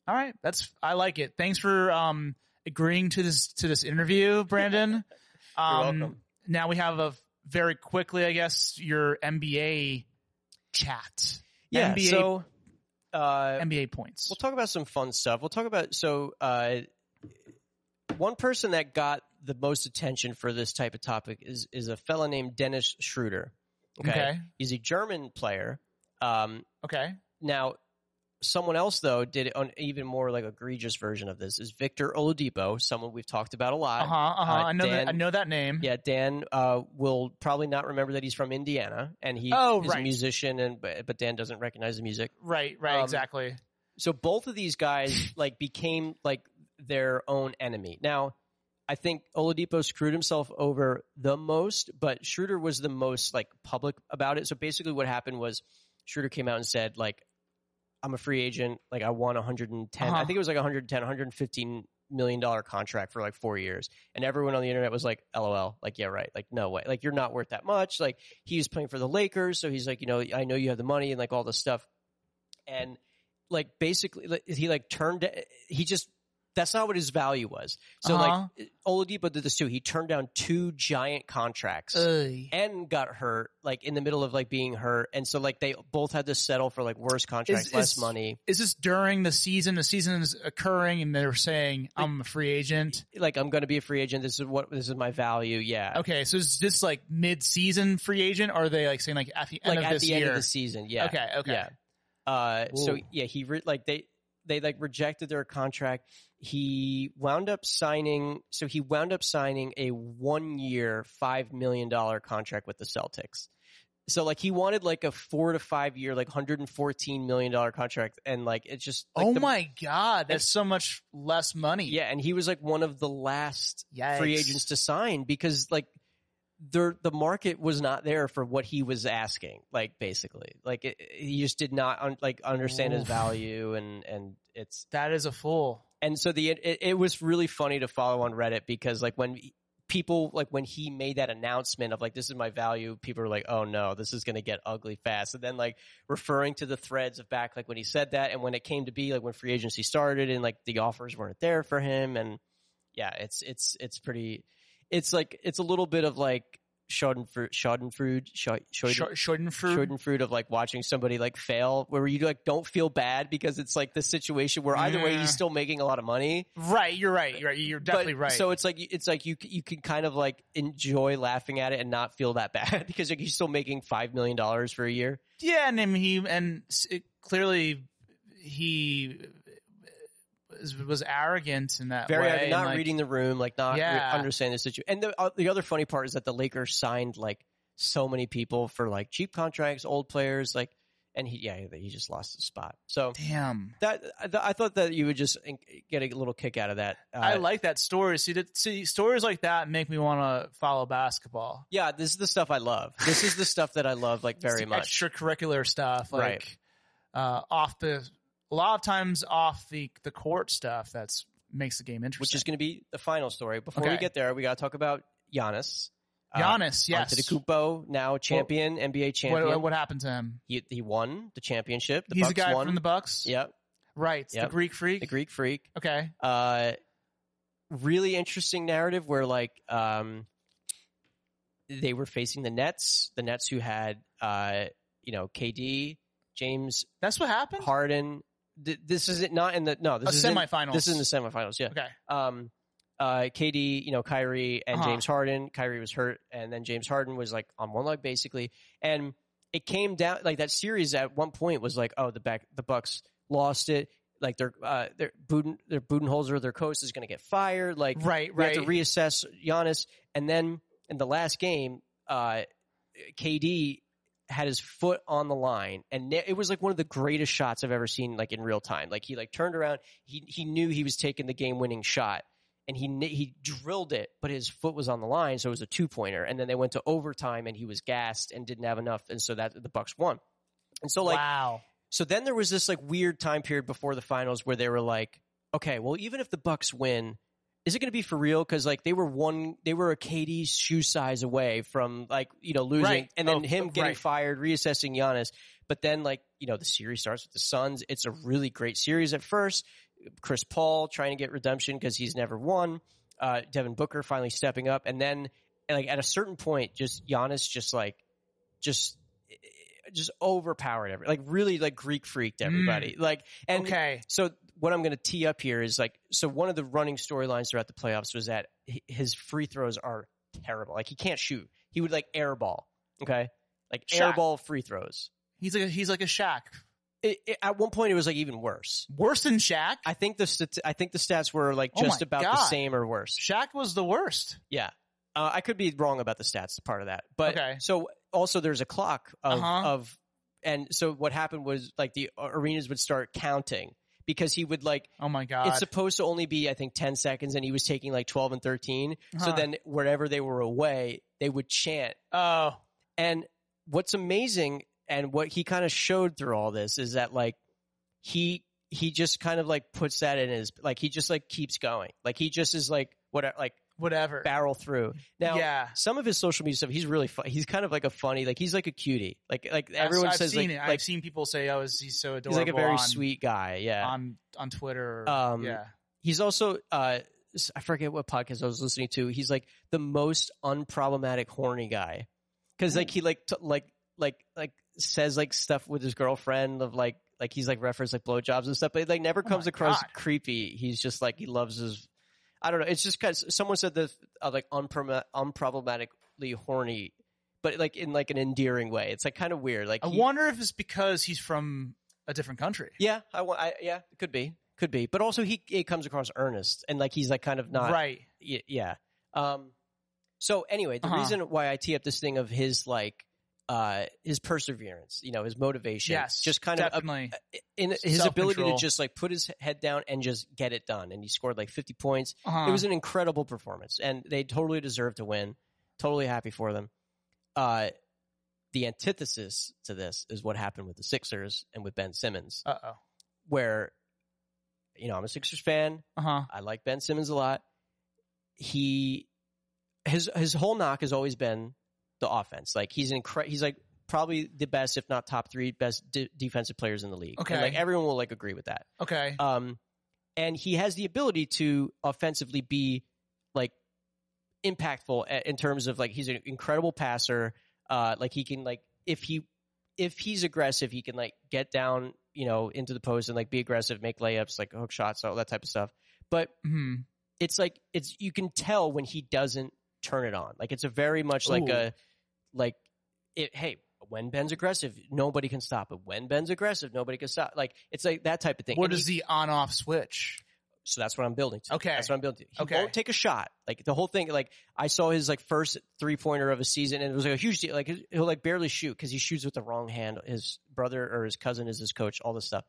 Speaker 2: all right, that's I like it. Thanks for um agreeing to this to this interview, Brandon. um
Speaker 1: welcome.
Speaker 2: now we have a very quickly, I guess, your MBA chat.
Speaker 1: Yeah.
Speaker 2: NBA
Speaker 1: So, uh,
Speaker 2: MBA points.
Speaker 1: We'll talk about some fun stuff. We'll talk about so uh, one person that got the most attention for this type of topic is is a fella named Dennis Schroeder. Okay,
Speaker 2: okay.
Speaker 1: he's a German player. Um,
Speaker 2: Okay.
Speaker 1: now, someone else though did an even more like egregious version of this is Victor Oladipo, someone we've talked about a lot.
Speaker 2: Uh huh. Uh huh.
Speaker 1: uh,
Speaker 2: I know
Speaker 1: Dan-
Speaker 2: that. I know that name.
Speaker 1: Yeah, Dan uh, will probably not remember that he's from Indiana, and he
Speaker 2: Oh,
Speaker 1: is a
Speaker 2: right.
Speaker 1: musician, and but, but Dan doesn't recognize the music.
Speaker 2: Right. Right.
Speaker 1: Um,
Speaker 2: exactly.
Speaker 1: so both of these guys like became like their own enemy. Now, I think Oladipo screwed himself over the most, but Schroeder was the most like public about it. So basically, what happened was Schroeder came out and said like, "I'm a free agent. Like I won 110. I
Speaker 2: Uh-huh.
Speaker 1: think it was like 110, 115 million dollar contract for like four years." And everyone on the internet was like, "LOL. Like yeah, right. Like no way. Like you're not worth that much. Like he was playing for the Lakers, so he's like, you know, I know you have the money and like all this stuff." And like basically, like, he like turned. He just that's not what his value was. So
Speaker 2: Uh-huh.
Speaker 1: like Oladipo did this too. He turned down two giant contracts
Speaker 2: Ugh.
Speaker 1: and got hurt, like in the middle of like being hurt, and so like they both had to settle for like worse contracts,
Speaker 2: Is-
Speaker 1: less
Speaker 2: is-
Speaker 1: money.
Speaker 2: Is this during the season? The season is occurring, and they're saying, "I'm a free agent."
Speaker 1: Like I'm going to be a free agent. This is what this is my value. Yeah,
Speaker 2: Okay, so is this like mid-season free agent, or are they like saying like at the end
Speaker 1: like
Speaker 2: of
Speaker 1: at
Speaker 2: this
Speaker 1: the
Speaker 2: year?
Speaker 1: end of the season. Yeah.
Speaker 2: Okay, okay.
Speaker 1: Yeah. Uh, so
Speaker 2: Ooh.
Speaker 1: yeah, he re- like they they like rejected their contract. He wound up signing. So he wound up signing a one year, five million dollar contract with the Celtics. So like he wanted like a four to five year, like hundred and fourteen million dollar contract, and like it just like
Speaker 2: oh
Speaker 1: the-
Speaker 2: my god, that's so much less money.
Speaker 1: yeah, and he was like one of the last
Speaker 2: Yikes.
Speaker 1: free agents to sign because like there the market was not there for what he was asking like basically like it, it- he just did not un, like understand his
Speaker 2: Oof.
Speaker 1: value and and it's
Speaker 2: That is a fool.
Speaker 1: and so the it, it was really funny to follow on reddit because like when people like when he made that announcement of like this is my value people were like oh no this is going to get ugly fast and then like referring to the threads of back like when he said that and when it came to be like when free agency started and like the offers weren't there for him and yeah it's it's it's pretty it's like it's a little bit of like schadenfreude schadenfreude Scha- Schaden-
Speaker 2: Short, shortened fruit.
Speaker 1: Schadenfreude of like watching somebody like fail, where you like don't feel bad because it's like the situation where either way
Speaker 2: Yeah.
Speaker 1: he's still making a lot of money.
Speaker 2: Right, you're right. You're right. You're
Speaker 1: But-
Speaker 2: definitely right.
Speaker 1: So it's like it's like you you can kind of like enjoy laughing at it and not feel that bad because like he's still making five million dollars for a year.
Speaker 2: yeah, and I mean, he and s- it, clearly he was, was arrogant in that
Speaker 1: Very
Speaker 2: way. and,
Speaker 1: not
Speaker 2: like,
Speaker 1: reading the room, like not re-
Speaker 2: Yeah.
Speaker 1: understanding the situation. And the uh, the other funny part is that the Lakers signed like so many people for like cheap contracts, old players, like. And he, yeah, he just lost his spot. So
Speaker 2: Damn.
Speaker 1: that I th- I thought that you would just in- get a little kick out of that. Uh,
Speaker 2: I like that story. See, that, see, stories like that make me want to follow basketball.
Speaker 1: Yeah, this is the stuff I love. This is the stuff that I love like
Speaker 2: It's
Speaker 1: very
Speaker 2: the
Speaker 1: much.
Speaker 2: extracurricular stuff, like
Speaker 1: Right.
Speaker 2: uh, off the a lot of times off the the court stuff. That's makes the game
Speaker 1: Which
Speaker 2: interesting.
Speaker 1: is going to be the final story. Before we
Speaker 2: Okay.
Speaker 1: get there, we got to talk about Giannis.
Speaker 2: Giannis,
Speaker 1: to
Speaker 2: yes,
Speaker 1: Uh, the Kupo, now champion, NBA champion.
Speaker 2: What, what happened to him?
Speaker 1: He he won the championship. The
Speaker 2: He's
Speaker 1: Bucks
Speaker 2: the guy
Speaker 1: won.
Speaker 2: from the Bucks,
Speaker 1: yep,
Speaker 2: right?
Speaker 1: Yep.
Speaker 2: The Greek freak.
Speaker 1: the Greek Freak.
Speaker 2: Okay,
Speaker 1: Uh, really interesting narrative where like um, they were facing the Nets, the Nets who had uh, you know KD, James
Speaker 2: that's what happened.
Speaker 1: Harden. Th- this is it not in the no. This is
Speaker 2: a
Speaker 1: in,
Speaker 2: semifinals.
Speaker 1: This is in the semifinals. Yeah.
Speaker 2: okay.
Speaker 1: um, uh, KD, you know, Kyrie and
Speaker 2: Uh-huh.
Speaker 1: James Harden. Kyrie was hurt, and then James Harden was like on one leg basically, and it came down like that series at one point was like, oh, the back the Bucks lost it. Like their uh, their Buden their Budenholzer their coach is going to get fired. Like
Speaker 2: Right,
Speaker 1: we
Speaker 2: right.
Speaker 1: have to reassess Giannis, and then in the last game, uh, KD had his foot on the line, and na- it was like one of the greatest shots I've ever seen, like in real time. Like he like turned around, he he knew he was taking the game winning shot, and he kni- he drilled it, but his foot was on the line, so it was a two pointer. And then they went to overtime, and he was gassed and didn't have enough, and so that the Bucks won. And so like
Speaker 2: wow.
Speaker 1: so then there was this like weird time period before the finals where they were like, okay, well even if the Bucks win, is it going to be for real? Because like they were one, they were a KD's shoe size away from like you know losing,
Speaker 2: Right.
Speaker 1: and then
Speaker 2: Oh,
Speaker 1: him getting
Speaker 2: right.
Speaker 1: fired, reassessing Giannis. But then like you know the series starts with the Suns. It's a really great series at first. Chris Paul trying to get redemption because he's never won. Uh, Devin Booker finally stepping up, and then and, like at a certain point, just Giannis just like just just overpowered every like really like Greek freaked everybody. Like and
Speaker 2: Mm. okay.
Speaker 1: so what I'm going to tee up here is like so one of the running storylines throughout the playoffs was that h- his free throws are terrible. Like he can't shoot. He would like airball. Okay, like
Speaker 2: Shaq.
Speaker 1: airball free throws.
Speaker 2: He's like a, he's like a Shaq.
Speaker 1: It, it- at one point, it was like even worse.
Speaker 2: Worse than Shaq.
Speaker 1: I think the stat- I think the stats were like
Speaker 2: Oh
Speaker 1: just
Speaker 2: my
Speaker 1: about the
Speaker 2: God.
Speaker 1: same or worse.
Speaker 2: Shaq was the worst.
Speaker 1: Yeah. Uh, I could be wrong about the stats part of that. But
Speaker 2: Okay.
Speaker 1: so also there's a clock of,
Speaker 2: Uh-huh.
Speaker 1: of, and so what happened was like the arenas would start counting because he would like,
Speaker 2: Oh my god.
Speaker 1: it's supposed to only be, I think, 10 seconds and he was taking like 12 and 13. So
Speaker 2: Huh.
Speaker 1: then wherever they were away, they would chant.
Speaker 2: oh,
Speaker 1: And what's amazing and what he kind of showed through all this is that like he, he just kind of like puts that in his, like he just like keeps going. Like he just is like, what, like
Speaker 2: whatever.
Speaker 1: barrel through. Now,
Speaker 2: yeah.
Speaker 1: some of his social media stuff, he's really fun. He's kind of like a funny, like he's like a cutie. Like like
Speaker 2: I've-
Speaker 1: everyone
Speaker 2: I've
Speaker 1: says
Speaker 2: seen
Speaker 1: like
Speaker 2: it.
Speaker 1: like
Speaker 2: I've seen people say, "Oh, is he so adorable?"
Speaker 1: he's like a very
Speaker 2: on,
Speaker 1: sweet guy. Yeah.
Speaker 2: on on Twitter. Or,
Speaker 1: Um,
Speaker 2: yeah,
Speaker 1: he's also uh s- I forget what podcast I was listening to. He's like the most unproblematic horny guy. Cuz like he like t- like like like says like stuff with his girlfriend of like like he's like referenced like blowjobs and stuff, but it like never
Speaker 2: Oh
Speaker 1: comes
Speaker 2: my
Speaker 1: across
Speaker 2: God.
Speaker 1: creepy. He's just like he loves his I don't know. It's just because someone said this uh, like unproblema- unproblematically horny, but like in like an endearing way. It's like kind of weird. Like
Speaker 2: I
Speaker 1: he-
Speaker 2: wonder if it's because he's from a different country.
Speaker 1: yeah, I, wa- I yeah, could be, could be. But also he it comes across earnest and like he's like kind of not
Speaker 2: right.
Speaker 1: y- yeah. Um, so anyway, the
Speaker 2: Uh-huh.
Speaker 1: reason why I tee up this thing of his like uh his perseverance, you know, his motivation,
Speaker 2: Yes,
Speaker 1: just kind of a-
Speaker 2: definitely.
Speaker 1: in his ability to
Speaker 2: self-control.
Speaker 1: just like put his head down and just get it done, and he scored like fifty points.
Speaker 2: Uh-huh.
Speaker 1: It was an incredible performance, and they totally deserved to win. Totally happy for them. Uh, the antithesis to this is what happened with the Sixers and with Ben Simmons,
Speaker 2: Uh oh.
Speaker 1: where you know I'm a Sixers fan.
Speaker 2: Uh huh.
Speaker 1: I like Ben Simmons a lot. He his his whole knock has always been the offense. Like he's incre- he's like probably the best, if not top three best de- defensive players in the league. And,
Speaker 2: Okay.
Speaker 1: like everyone will like agree with that.
Speaker 2: Okay.
Speaker 1: Um, and he has the ability to offensively be like impactful a- in terms of like he's an incredible passer. Uh, like he can like if he if he's aggressive, he can like get down you know into the post and like be aggressive, make layups, like hook shots, all that type of stuff. But
Speaker 2: Mhm.
Speaker 1: it's like it's you can tell when he doesn't turn it on. Like it's a very much like
Speaker 2: Ooh.
Speaker 1: a like it, hey, when Ben's aggressive, nobody can stop it. When Ben's aggressive, nobody can stop. Like it's like that type of thing.
Speaker 2: What
Speaker 1: And
Speaker 2: is
Speaker 1: he-
Speaker 2: the on-off switch?
Speaker 1: so that's what I'm building to.
Speaker 2: Okay.
Speaker 1: That's what I'm building to. He
Speaker 2: Okay.
Speaker 1: won't take a shot. Like the whole thing, like I saw his like first three pointer of a season and it was like a huge deal. Like he'll like barely shoot because he shoots with the wrong hand. His brother or his cousin is his coach, all this stuff.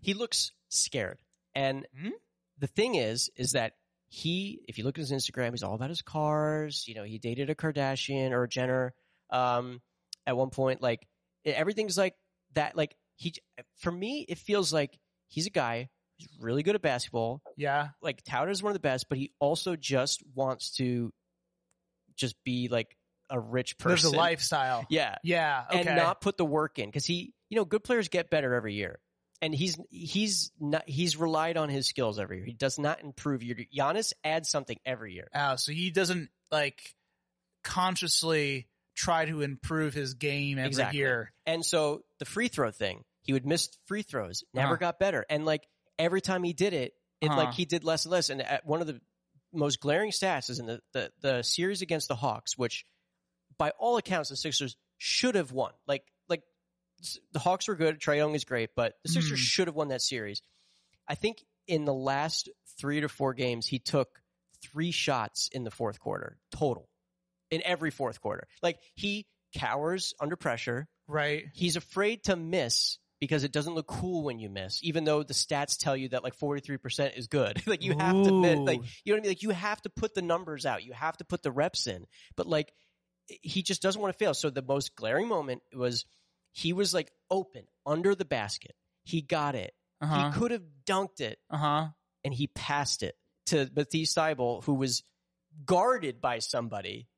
Speaker 1: He looks scared. And
Speaker 2: Hmm?
Speaker 1: the thing is, is that he, if you look at his Instagram, he's all about his cars. You know, he dated a Kardashian or a Jenner um, at one point. Like e, everything's like that. Like he, for me, it feels like he's a guy who's really good at basketball
Speaker 2: Yeah.
Speaker 1: like touted as one of the best, but he also just wants to just be like a rich
Speaker 2: There's
Speaker 1: person.
Speaker 2: a lifestyle.
Speaker 1: Yeah.
Speaker 2: Yeah. Okay.
Speaker 1: And not put the work in because he, you know, good players get better every year. And he's he's not he's relied on his skills every year. He does not improve year. to- Giannis adds something every year.
Speaker 2: Oh, so he doesn't like consciously try to improve his game every
Speaker 1: Exactly.
Speaker 2: year.
Speaker 1: And so the free throw thing, he would miss free throws, never
Speaker 2: Uh-huh.
Speaker 1: got better. And like every time he did it, it
Speaker 2: Uh-huh.
Speaker 1: like he did less and less. And at one of the most glaring stats is in the, the, the series against the Hawks, which by all accounts, the Sixers should have won. Like, like s- the Hawks were good. Trae Young is great, but the Sixers
Speaker 2: Hmm.
Speaker 1: should have won that series. I think in the last three to four games, he took three shots in the fourth quarter total in every fourth quarter. Like he cowers under pressure.
Speaker 2: Right.
Speaker 1: He's afraid to miss because it doesn't look cool when you miss, even though the stats tell you that like 43% is good. like you have to miss, like,
Speaker 2: Ooh.
Speaker 1: you know what I mean? Like you have to put the numbers out. You have to put the reps in, but like he just doesn't want to fail. So the most glaring moment was he was like open under the basket. He got it.
Speaker 2: Uh huh.
Speaker 1: He could have dunked it
Speaker 2: Uh huh.
Speaker 1: and he passed it to Matisse Steibel, who was guarded by somebody.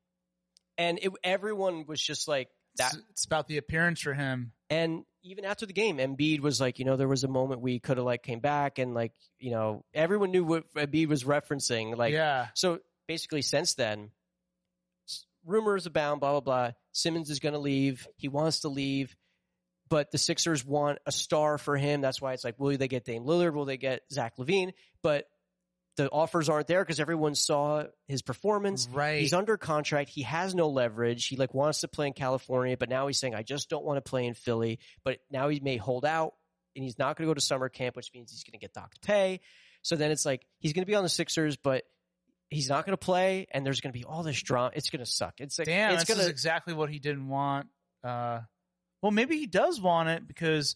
Speaker 1: And it, everyone was just like that.
Speaker 2: It's, it's about the appearance for him.
Speaker 1: And even after the game, Embiid was like, you know, there was a moment we could have like came back and like, you know, everyone knew what Embiid was referencing. Like,
Speaker 2: yeah.
Speaker 1: so basically, since then, s- rumors abound, blah, blah, blah. Simmons is going to leave. He wants to leave, but the Sixers want a star for him. That's why it's like, will they get Dame Lillard? Will they get Zach Levine? But the offers aren't there because everyone saw his performance.
Speaker 2: Right.
Speaker 1: He's under contract. He has no leverage. He like wants to play in California, but now he's saying, I just don't want to play in Philly. But now he may hold out and he's not going to go to summer camp, which means he's going to get docked pay. So then it's like, he's going to be on the Sixers, but he's not going to play. And there's going to be all this drama. It's going to suck. It's like,
Speaker 2: Damn,
Speaker 1: it's
Speaker 2: this
Speaker 1: going
Speaker 2: is
Speaker 1: to,
Speaker 2: exactly what he didn't want. Uh, well, maybe he does want it because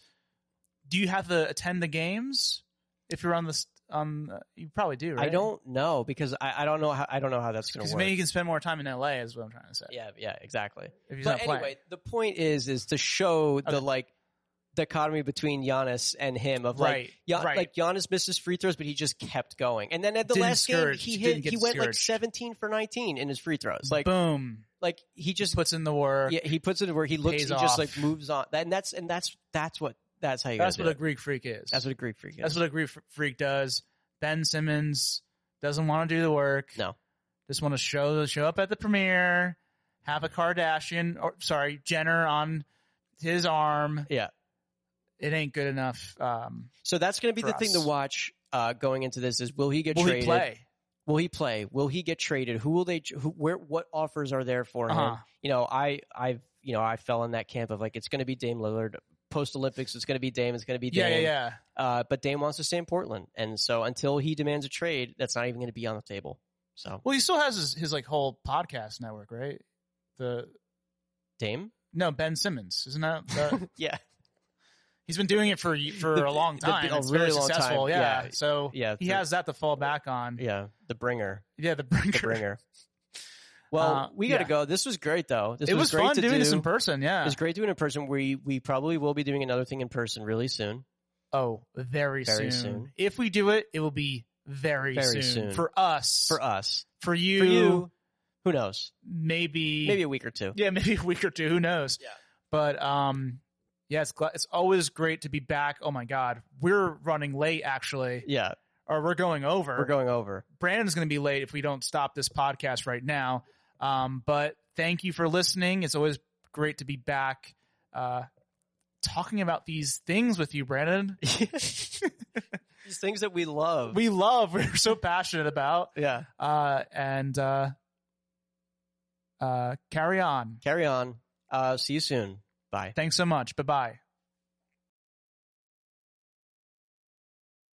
Speaker 2: do you have to attend the games if you're on the st- on? Uh, you probably do. right?
Speaker 1: I don't know because I, I don't know how, I don't know how that's going
Speaker 2: Because
Speaker 1: to work.
Speaker 2: maybe you can spend more time in LA. Is what I'm trying to say.
Speaker 1: yeah. Yeah, exactly.
Speaker 2: If he's
Speaker 1: But
Speaker 2: not playing.
Speaker 1: anyway, the point is, is to show the like dichotomy between Giannis and him of like,
Speaker 2: right.
Speaker 1: Yeah,
Speaker 2: right.
Speaker 1: like Giannis missed his free throws, but he just kept going. And then at the
Speaker 2: Didn't
Speaker 1: last
Speaker 2: scourge,
Speaker 1: game, he
Speaker 2: didn't
Speaker 1: hit,
Speaker 2: get
Speaker 1: he went like
Speaker 2: scourged.
Speaker 1: 17 for 19 in his free throws. Like,
Speaker 2: boom,
Speaker 1: like he just
Speaker 2: puts in the work.
Speaker 1: yeah, he puts it where he looks,
Speaker 2: Pays
Speaker 1: he just
Speaker 2: off.
Speaker 1: like moves on. That- And that's and that's that's what that's how you.
Speaker 2: That's
Speaker 1: gotta do
Speaker 2: what a
Speaker 1: it.
Speaker 2: Greek freak is.
Speaker 1: that's what a Greek freak is.
Speaker 2: That's what a Greek fr- freak does. Ben Simmons doesn't want to do the work.
Speaker 1: No.
Speaker 2: Just want to show show up at the premiere, have a Kardashian or sorry, Jenner on his arm.
Speaker 1: Yeah.
Speaker 2: It ain't good enough. Um
Speaker 1: so that's going to be
Speaker 2: for
Speaker 1: the thing to
Speaker 2: us.
Speaker 1: watch uh, going into this is will he get
Speaker 2: will
Speaker 1: traded?
Speaker 2: he play?
Speaker 1: Will he play? Will he get traded? Who will they? Who, where? What offers are there for him?
Speaker 2: Uh-huh.
Speaker 1: you know, I, I've, you know, I fell in that camp of like, it's going to be Dame Lillard post Olympics. It's going to be Dame. It's going to be
Speaker 2: Yeah,
Speaker 1: Dame.
Speaker 2: yeah, yeah.
Speaker 1: Uh, but Dame wants to stay in Portland, and so until he demands a trade, that's not even going to be on the table. So
Speaker 2: Well, he still has his, his like whole podcast network, right? The
Speaker 1: Dame,
Speaker 2: no Ben Simmons, isn't that? the-
Speaker 1: yeah,
Speaker 2: he's been doing it for y- for a long
Speaker 1: The- the-
Speaker 2: time.
Speaker 1: a
Speaker 2: it's
Speaker 1: really
Speaker 2: very
Speaker 1: long time,
Speaker 2: successful. Yeah.
Speaker 1: yeah.
Speaker 2: So
Speaker 1: Yeah,
Speaker 2: he
Speaker 1: the-
Speaker 2: has that to fall back on.
Speaker 1: yeah, the bringer,
Speaker 2: Yeah, the
Speaker 1: the
Speaker 2: bringer.
Speaker 1: bringer. Well,
Speaker 2: Uh,
Speaker 1: we got to
Speaker 2: yeah.
Speaker 1: go. This was great, though. This
Speaker 2: it was,
Speaker 1: great
Speaker 2: fun
Speaker 1: to
Speaker 2: doing
Speaker 1: do.
Speaker 2: this in person. Yeah.
Speaker 1: It was great doing it in person. We we probably will be doing another thing in person really soon.
Speaker 2: oh, very,
Speaker 1: Very
Speaker 2: soon.
Speaker 1: soon.
Speaker 2: If we do it, it will be very,
Speaker 1: Very
Speaker 2: soon.
Speaker 1: soon.
Speaker 2: for us.
Speaker 1: For us,
Speaker 2: For you,
Speaker 1: for you, who knows?
Speaker 2: maybe,
Speaker 1: Maybe a week or two.
Speaker 2: yeah, maybe a week or two. Who knows?
Speaker 1: Yeah.
Speaker 2: But um, yeah, it's gla- it's always great to be back. Oh my God, we're running late actually,
Speaker 1: Yeah,
Speaker 2: or we're going over.
Speaker 1: we're going over.
Speaker 2: Brandon's going to be late if we don't stop this podcast right now. Um, but thank you for listening. It's always great to be back. Uh, talking about these things with you, Brandon.
Speaker 1: These things that we love.
Speaker 2: we love, we're so passionate about.
Speaker 1: yeah.
Speaker 2: Uh, and uh, uh, carry on.
Speaker 1: Carry on. Uh, see you soon. Bye.
Speaker 2: Thanks so much. Bye bye.